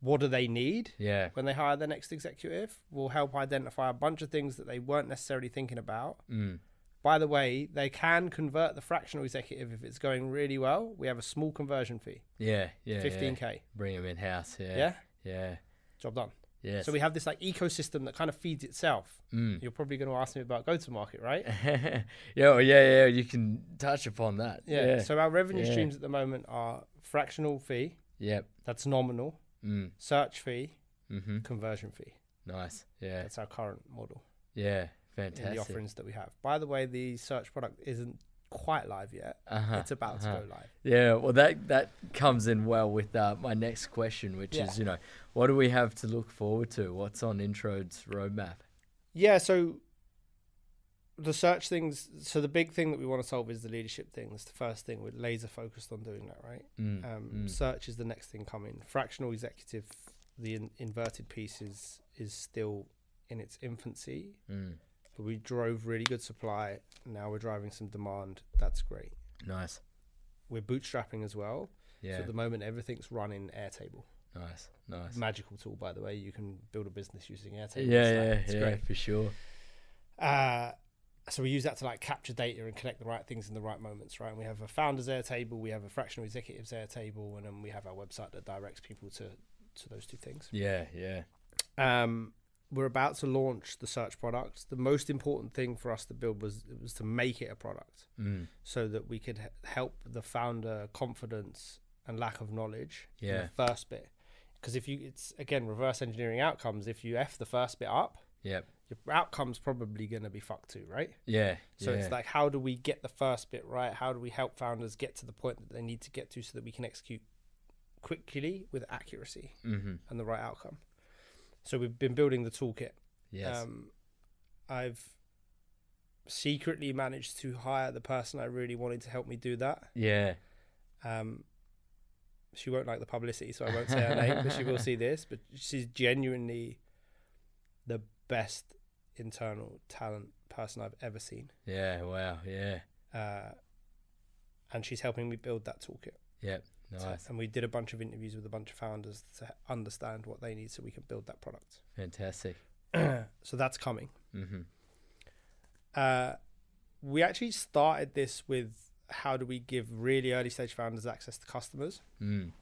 [SPEAKER 2] what do they need
[SPEAKER 1] Yeah.
[SPEAKER 2] when they hire their next executive. Will help identify a bunch of things that they weren't necessarily thinking about.
[SPEAKER 1] Mm.
[SPEAKER 2] By the way, they can convert the fractional executive if it's going really well. We have a small conversion fee.
[SPEAKER 1] Yeah. Yeah.
[SPEAKER 2] fifteen
[SPEAKER 1] Yeah.
[SPEAKER 2] k.
[SPEAKER 1] Bring them in house. Yeah.
[SPEAKER 2] Yeah,
[SPEAKER 1] Yeah.
[SPEAKER 2] job done.
[SPEAKER 1] Yes.
[SPEAKER 2] So we have this like ecosystem that kind of feeds itself.
[SPEAKER 1] Mm.
[SPEAKER 2] You're probably going to ask me about go to market, right?
[SPEAKER 1] yeah. Well, yeah. Yeah. You can touch upon that.
[SPEAKER 2] Yeah.
[SPEAKER 1] Yeah.
[SPEAKER 2] So our revenue
[SPEAKER 1] Yeah.
[SPEAKER 2] streams at the moment are fractional fee,
[SPEAKER 1] yep.
[SPEAKER 2] that's nominal,
[SPEAKER 1] Mm.
[SPEAKER 2] search fee,
[SPEAKER 1] Mm-hmm.
[SPEAKER 2] conversion fee.
[SPEAKER 1] Nice. Yeah.
[SPEAKER 2] That's our current model
[SPEAKER 1] yeah.
[SPEAKER 2] in the
[SPEAKER 1] Fantastic.
[SPEAKER 2] offerings that we have. By the way, the search product isn't quite live yet.
[SPEAKER 1] Uh-huh,
[SPEAKER 2] It's about to go live.
[SPEAKER 1] Yeah, well, that that comes in well with uh, my next question, which
[SPEAKER 2] Yeah.
[SPEAKER 1] is, you know, what do we have to look forward to? What's on Intro's roadmap?
[SPEAKER 2] Yeah. So the search things. So the big thing that we want to solve is the leadership thing. That's the first thing we're laser focused on doing that, right?
[SPEAKER 1] Mm,
[SPEAKER 2] Um,
[SPEAKER 1] mm.
[SPEAKER 2] Search is the next thing coming. Fractional executive, the in- inverted piece is, is still in its infancy,
[SPEAKER 1] Mm,
[SPEAKER 2] but we drove really good supply. Now we're driving some demand. That's great.
[SPEAKER 1] nice.
[SPEAKER 2] We're bootstrapping as well.
[SPEAKER 1] Yeah.
[SPEAKER 2] So at the moment, everything's run in Airtable.
[SPEAKER 1] nice. Nice.
[SPEAKER 2] Magical tool, by the way. You can build a business using
[SPEAKER 1] yeah,
[SPEAKER 2] Airtable.
[SPEAKER 1] yeah, yeah,
[SPEAKER 2] It's
[SPEAKER 1] for sure.
[SPEAKER 2] great. Uh, so we use that to like capture data and collect the right things in the right moments, right? And we have a founders Airtable, we have a fractional executives Airtable, and then we have our website that directs people to to those two things.
[SPEAKER 1] Yeah, yeah.
[SPEAKER 2] Um, we're about to launch the search product. The most important thing for us to build was was to make it a product,
[SPEAKER 1] Mm.
[SPEAKER 2] so that we could h- help the founder confidence and lack of knowledge. in
[SPEAKER 1] Yeah.
[SPEAKER 2] the first bit, because if you it's again reverse engineering outcomes. If you f the first bit up,
[SPEAKER 1] Yep.
[SPEAKER 2] your outcome's probably going to be fucked too, right?
[SPEAKER 1] Yeah.
[SPEAKER 2] So
[SPEAKER 1] yeah.
[SPEAKER 2] it's like, how do we get the first bit right? How do we help founders get to the point that they need to get to so that we can execute quickly with accuracy
[SPEAKER 1] Mm-hmm.
[SPEAKER 2] and the right outcome? So we've been building the toolkit.
[SPEAKER 1] Yes.
[SPEAKER 2] Um, I've secretly managed to hire the person I really wanted to help me do that.
[SPEAKER 1] yeah.
[SPEAKER 2] Um, she won't like the publicity, so I won't say her name, but she will see this. But she's genuinely the best internal talent person I've ever seen.
[SPEAKER 1] Yeah. Wow. Yeah.
[SPEAKER 2] Uh, and she's helping me build that toolkit.
[SPEAKER 1] Yep.
[SPEAKER 2] So-
[SPEAKER 1] Nice.
[SPEAKER 2] and we did a bunch of interviews with a bunch of founders to understand what they need so we can build that product.
[SPEAKER 1] Fantastic.
[SPEAKER 2] so that's coming.
[SPEAKER 1] Mm-hmm.
[SPEAKER 2] Uh, we actually started this with how do we give really early stage founders access to customers,
[SPEAKER 1] Mm.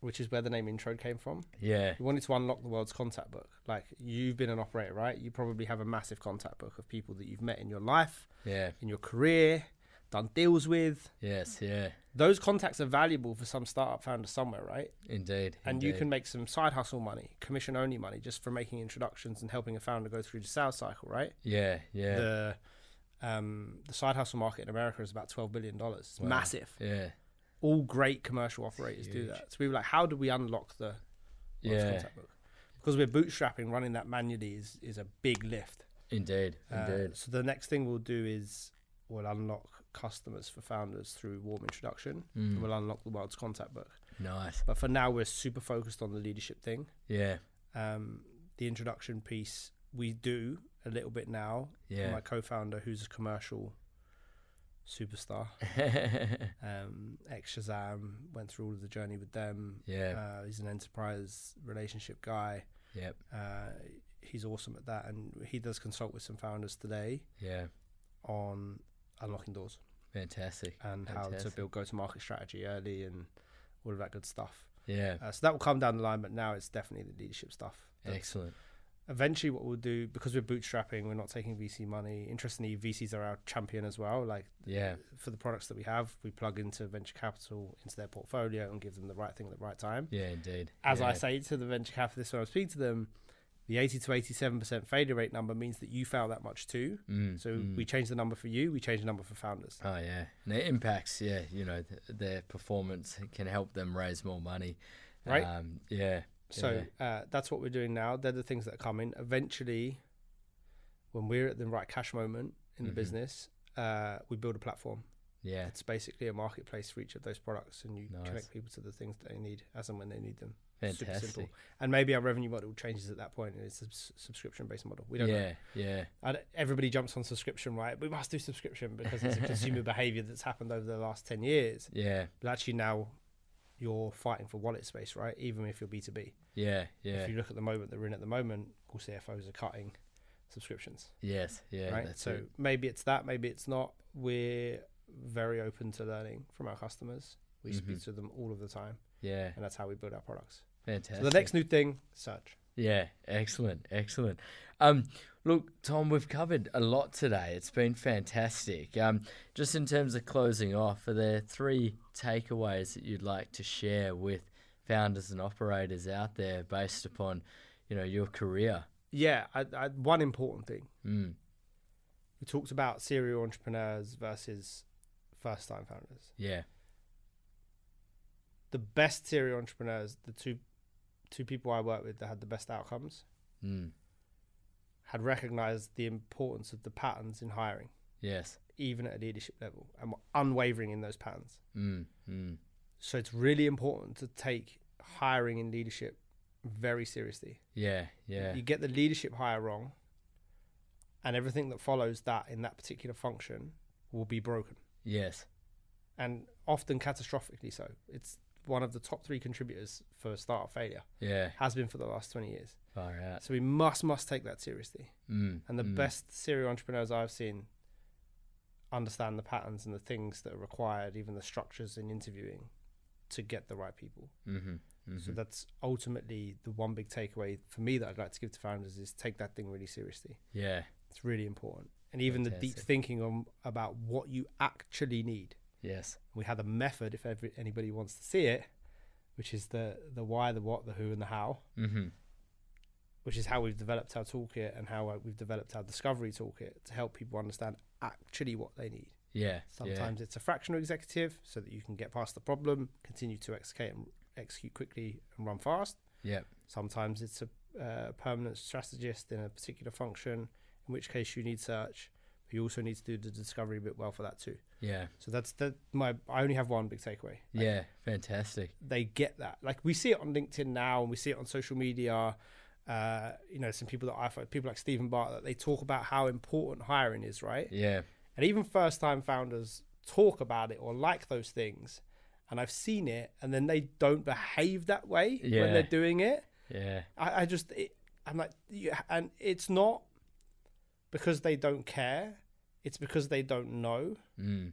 [SPEAKER 2] which is where the name intro came from.
[SPEAKER 1] Yeah.
[SPEAKER 2] We wanted to unlock the world's contact book. Like you've been an operator, right? You probably have a massive contact book of people that you've met in your life,
[SPEAKER 1] Yeah.
[SPEAKER 2] in your career, done deals with.
[SPEAKER 1] Yes. Yeah.
[SPEAKER 2] Those contacts are valuable for some startup founder somewhere, right?
[SPEAKER 1] Indeed.
[SPEAKER 2] And you
[SPEAKER 1] indeed.
[SPEAKER 2] can make some side hustle money, commission only money, just for making introductions and helping a founder go through the sales cycle, right?
[SPEAKER 1] Yeah. Yeah.
[SPEAKER 2] The um, the side hustle market in America is about twelve billion dollars. It's
[SPEAKER 1] Wow.
[SPEAKER 2] Massive.
[SPEAKER 1] yeah.
[SPEAKER 2] All great commercial operators do
[SPEAKER 1] huge.
[SPEAKER 2] that. So we were like, how do we unlock the world's
[SPEAKER 1] Yeah.
[SPEAKER 2] contact book? Because we're bootstrapping, running that manually is is a big lift.
[SPEAKER 1] Indeed.
[SPEAKER 2] Uh,
[SPEAKER 1] Indeed.
[SPEAKER 2] so the next thing we'll do is we'll unlock customers for founders through warm introduction.
[SPEAKER 1] Mm.
[SPEAKER 2] And we'll unlock the world's contact book.
[SPEAKER 1] nice.
[SPEAKER 2] But for now, we're super focused on the leadership thing.
[SPEAKER 1] Yeah.
[SPEAKER 2] Um, the introduction piece we do a little bit now.
[SPEAKER 1] Yeah.
[SPEAKER 2] My co-founder, who's a commercial superstar, um, ex Shazam, went through all of the journey with them.
[SPEAKER 1] yeah.
[SPEAKER 2] Uh, he's an enterprise relationship guy.
[SPEAKER 1] Yep.
[SPEAKER 2] Uh, he's awesome at that, and he does consult with some founders today
[SPEAKER 1] Yeah.
[SPEAKER 2] on unlocking doors
[SPEAKER 1] Fantastic.
[SPEAKER 2] and how
[SPEAKER 1] Fantastic.
[SPEAKER 2] to build go-to-market strategy early and all of that good stuff.
[SPEAKER 1] Yeah.
[SPEAKER 2] Uh, so that will come down the line, but now it's definitely the leadership stuff. that's-
[SPEAKER 1] Excellent.
[SPEAKER 2] eventually what we'll do because we're bootstrapping we're not taking vc money interestingly vcs are our champion as well like
[SPEAKER 1] Yeah.
[SPEAKER 2] for the products that we have we plug into venture capital into their portfolio and give them the right thing at the right time
[SPEAKER 1] Yeah. Indeed.
[SPEAKER 2] as i
[SPEAKER 1] Yeah.
[SPEAKER 2] say to the venture capitalists when i speak to them the 80 to 87 percent failure rate number means that you fail that much too
[SPEAKER 1] Mm,
[SPEAKER 2] so
[SPEAKER 1] mm.
[SPEAKER 2] we change the number for you we change the number for founders
[SPEAKER 1] Oh yeah, and it impacts. Yeah, you know th- their performance can help them raise more money.
[SPEAKER 2] Right.
[SPEAKER 1] Um, yeah.
[SPEAKER 2] so uh, that's what we're doing now they're the things that come in eventually when we're at the right cash moment in the
[SPEAKER 1] Mhm.
[SPEAKER 2] business uh, we build a platform
[SPEAKER 1] Yeah.
[SPEAKER 2] It's basically a marketplace for each of those products, and you
[SPEAKER 1] Nice.
[SPEAKER 2] connect people to the things that they need as and when they need them. Super
[SPEAKER 1] Fantastic.
[SPEAKER 2] simple. And maybe our revenue model changes at that point, and it's a s- subscription-based model. We don't know.
[SPEAKER 1] Yeah. Yeah.
[SPEAKER 2] I don't- everybody jumps on subscription, right? We must do subscription because it's a consumer behavior that's happened over the last ten years.
[SPEAKER 1] Yeah.
[SPEAKER 2] But actually, now you're fighting for wallet space, right? Even if you're B2B.
[SPEAKER 1] Yeah. Yeah.
[SPEAKER 2] If you look at the moment that we're in at the moment, all CFOs are cutting subscriptions,
[SPEAKER 1] Yes. Yeah.
[SPEAKER 2] right?
[SPEAKER 1] That's
[SPEAKER 2] So
[SPEAKER 1] it.
[SPEAKER 2] maybe it's that, maybe it's not. We're very open to learning from our customers. We speak
[SPEAKER 1] Mhm.
[SPEAKER 2] to them all of the time,
[SPEAKER 1] Yeah.
[SPEAKER 2] and that's how we build our products.
[SPEAKER 1] Fantastic.
[SPEAKER 2] So the next new thing, search.
[SPEAKER 1] Yeah, excellent, excellent. Um, look, Tom, we've covered a lot today. It's been fantastic. Um, just in terms of closing off, are there three takeaways that you'd like to share with founders and operators out there based upon, you know, your career?
[SPEAKER 2] Yeah, I, I, one important thing.
[SPEAKER 1] Mm,
[SPEAKER 2] We talked about serial entrepreneurs versus first-time founders.
[SPEAKER 1] yeah,
[SPEAKER 2] The best serial entrepreneurs, the two two people I worked with that had the best outcomes,
[SPEAKER 1] mm,
[SPEAKER 2] had recognized the importance of the patterns in hiring,
[SPEAKER 1] yes,
[SPEAKER 2] even at a leadership level, and were unwavering in those patterns.
[SPEAKER 1] mm, mm,
[SPEAKER 2] So it's really important to take hiring in leadership very seriously.
[SPEAKER 1] yeah, yeah,
[SPEAKER 2] you get the leadership hire wrong, and everything that follows that in that particular function will be broken,
[SPEAKER 1] yes,
[SPEAKER 2] and often catastrophically so. It's one of the top three contributors for startup failure
[SPEAKER 1] yeah,
[SPEAKER 2] has been for the last 20 years.
[SPEAKER 1] far out.
[SPEAKER 2] So we must must take that seriously.
[SPEAKER 1] Mm,
[SPEAKER 2] And the
[SPEAKER 1] mm,
[SPEAKER 2] best serial entrepreneurs I've seen understand the patterns and the things that are required, even the structures in interviewing, to get the right people.
[SPEAKER 1] mhm,
[SPEAKER 2] So that's ultimately the one big takeaway for me that I'd like to give to founders is take that thing really seriously.
[SPEAKER 1] Yeah.
[SPEAKER 2] It's really important. And even the deep
[SPEAKER 1] Fantastic.
[SPEAKER 2] thinking on about what you actually need.
[SPEAKER 1] Yes.
[SPEAKER 2] We had a method if every, anybody wants to see it, which is the the why, the what, the who, and the how.
[SPEAKER 1] Mm-hmm.
[SPEAKER 2] which is how we've developed our toolkit and how uh, we've developed our discovery toolkit to help people understand actually what they need.
[SPEAKER 1] Yeah.
[SPEAKER 2] Sometimes it's a fractional executive so that you can get past the problem, continue to execute and execute quickly and run fast.
[SPEAKER 1] Yeah. Yep.
[SPEAKER 2] Sometimes it's a uh, permanent strategist in a particular function, in which case you need search, but you also need to do the discovery bit well for that too.
[SPEAKER 1] Yeah.
[SPEAKER 2] So that's that. My I only have one big takeaway
[SPEAKER 1] Yeah. Fantastic.
[SPEAKER 2] they get that. Like we see it on LinkedIn now, and we see it on social media. Uh, you know, some people that I follow, people like Stephen Bartlett, they talk about how important hiring is, right?
[SPEAKER 1] Yeah.
[SPEAKER 2] And even first-time founders talk about it or like those things. And I've seen it, and then they don't behave that way
[SPEAKER 1] Yeah.
[SPEAKER 2] when they're doing it.
[SPEAKER 1] Yeah.
[SPEAKER 2] I, I just, it, I'm like, you, and it's not because they don't care; it's because they don't know
[SPEAKER 1] Mm.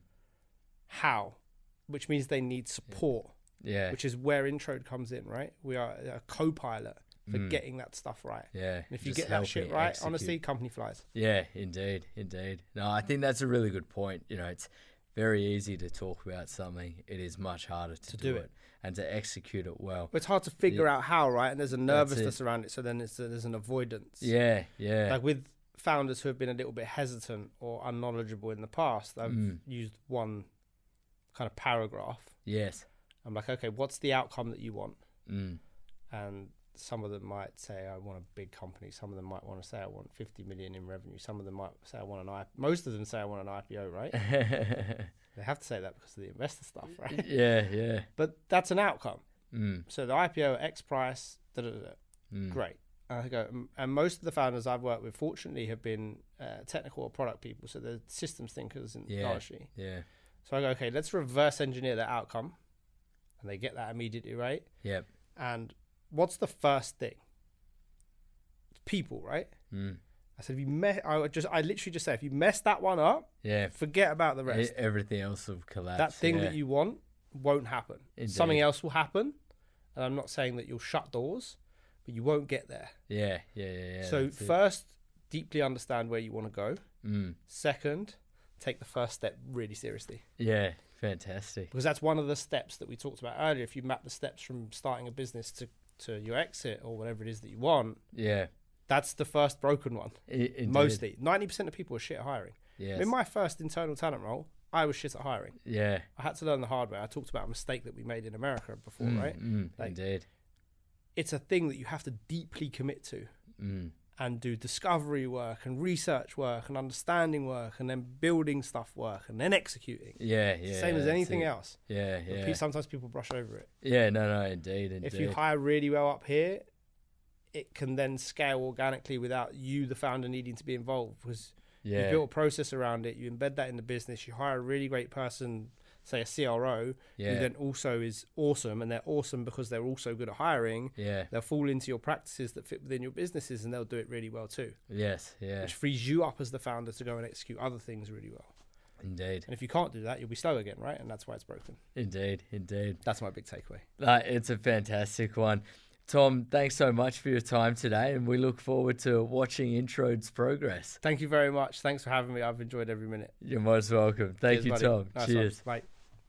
[SPEAKER 2] how, which means they need support.
[SPEAKER 1] Yeah.
[SPEAKER 2] which is where Introde comes in, right? We are a co-pilot for getting that stuff right.
[SPEAKER 1] yeah.
[SPEAKER 2] And if you
[SPEAKER 1] Mm. Just
[SPEAKER 2] get that
[SPEAKER 1] help
[SPEAKER 2] shit
[SPEAKER 1] it
[SPEAKER 2] right,
[SPEAKER 1] execute.
[SPEAKER 2] honestly, company flies.
[SPEAKER 1] Yeah, indeed, indeed. No, I think that's a really good point. You know, it's very easy to talk about something. It is much harder to, do,
[SPEAKER 2] do
[SPEAKER 1] it.
[SPEAKER 2] it.
[SPEAKER 1] and to execute it well.
[SPEAKER 2] But it's hard to figure out how, right? And there's a nervousness
[SPEAKER 1] it.
[SPEAKER 2] around it, so then it's, there's an avoidance.
[SPEAKER 1] Yeah, yeah,
[SPEAKER 2] Like with founders who have been a little bit hesitant or unknowledgeable in the past, I've
[SPEAKER 1] Mm.
[SPEAKER 2] used one kind of paragraph.
[SPEAKER 1] yes,
[SPEAKER 2] I'm like, okay, what's the outcome that you want?
[SPEAKER 1] mm.
[SPEAKER 2] And some of them might say, I want a big company. Some of them might want to say, I want 50 million in revenue. Some of them might say, I want an IPO. Most of them say, I want an IPO, right? They have to say that because of the investor stuff, right?
[SPEAKER 1] yeah, yeah,
[SPEAKER 2] But that's an outcome.
[SPEAKER 1] mm.
[SPEAKER 2] So the IPO X price, da, da, da, da.
[SPEAKER 1] Mm.
[SPEAKER 2] great. And I go, "Mm," and most of the founders I've worked with, fortunately, have been uh, technical or product people, so they're systems thinkers in
[SPEAKER 1] Yeah.
[SPEAKER 2] largely.
[SPEAKER 1] yeah,
[SPEAKER 2] So I go, okay, let's reverse engineer that outcome, and they get that immediately right.
[SPEAKER 1] yep,
[SPEAKER 2] And what's the first thing? It's people, right?
[SPEAKER 1] mm.
[SPEAKER 2] I said, if you mess, I would just, I literally just say, if you mess that one up,
[SPEAKER 1] yeah.
[SPEAKER 2] forget about the rest.
[SPEAKER 1] E- everything else will collapse.
[SPEAKER 2] that thing
[SPEAKER 1] yeah.
[SPEAKER 2] that you want won't happen. Something
[SPEAKER 1] Indeed.
[SPEAKER 2] else will happen. And I'm not saying that you'll shut doors, but you won't get there.
[SPEAKER 1] yeah, yeah, yeah, yeah.
[SPEAKER 2] so,
[SPEAKER 1] that's it.
[SPEAKER 2] first, deeply understand where you want to go.
[SPEAKER 1] mm.
[SPEAKER 2] Second, take the first step really seriously.
[SPEAKER 1] yeah, fantastic.
[SPEAKER 2] Because that's one of the steps that we talked about earlier. If you map the steps from starting a business to, to your exit or whatever it is that you want,
[SPEAKER 1] Yeah,
[SPEAKER 2] that's the first broken one.
[SPEAKER 1] I- indeed.
[SPEAKER 2] Mostly. 90% of people are shit at hiring.
[SPEAKER 1] Yes.
[SPEAKER 2] In my first internal talent role, I was shit at hiring.
[SPEAKER 1] yeah,
[SPEAKER 2] I had to learn the hard way. I talked about a mistake that we made in America before,
[SPEAKER 1] mm,
[SPEAKER 2] right?
[SPEAKER 1] Mm.
[SPEAKER 2] Like-
[SPEAKER 1] indeed.
[SPEAKER 2] It's a thing that you have to deeply commit to
[SPEAKER 1] Mm.
[SPEAKER 2] and do discovery work and research work and understanding work and then building stuff work and then executing.
[SPEAKER 1] Yeah,
[SPEAKER 2] It's
[SPEAKER 1] yeah.
[SPEAKER 2] the Same as
[SPEAKER 1] that's
[SPEAKER 2] anything
[SPEAKER 1] it.
[SPEAKER 2] else.
[SPEAKER 1] Yeah,
[SPEAKER 2] But
[SPEAKER 1] yeah.
[SPEAKER 2] pe- Sometimes people brush over it.
[SPEAKER 1] Yeah, no, no, indeed, indeed.
[SPEAKER 2] If you hire really well up here, it can then scale organically without you, the founder, needing to be involved because
[SPEAKER 1] yeah,
[SPEAKER 2] you built a process around it, you embed that in the business, you hire a really great person, say a CRO,
[SPEAKER 1] yeah,
[SPEAKER 2] who then also is awesome, and they're awesome because they're also good at hiring.
[SPEAKER 1] yeah,
[SPEAKER 2] They'll fall into your practices that fit within your businesses, and they'll do it really well too,
[SPEAKER 1] yes, yeah,
[SPEAKER 2] which frees you up as the founder to go and execute other things really well.
[SPEAKER 1] indeed,
[SPEAKER 2] And if you can't do that, you'll be slow again, right? And that's why it's broken.
[SPEAKER 1] indeed, indeed.
[SPEAKER 2] That's my big takeaway.
[SPEAKER 1] Uh, it's a fantastic one. Tom, thanks so much for your time today, and we look forward to watching Introde's progress.
[SPEAKER 2] Thank you very much. Thanks for having me. I've enjoyed every minute.
[SPEAKER 1] You're most welcome. Thank
[SPEAKER 2] Cheers,
[SPEAKER 1] you,
[SPEAKER 2] buddy.
[SPEAKER 1] Tom.
[SPEAKER 2] Nice one.
[SPEAKER 1] Cheers.
[SPEAKER 2] Bye.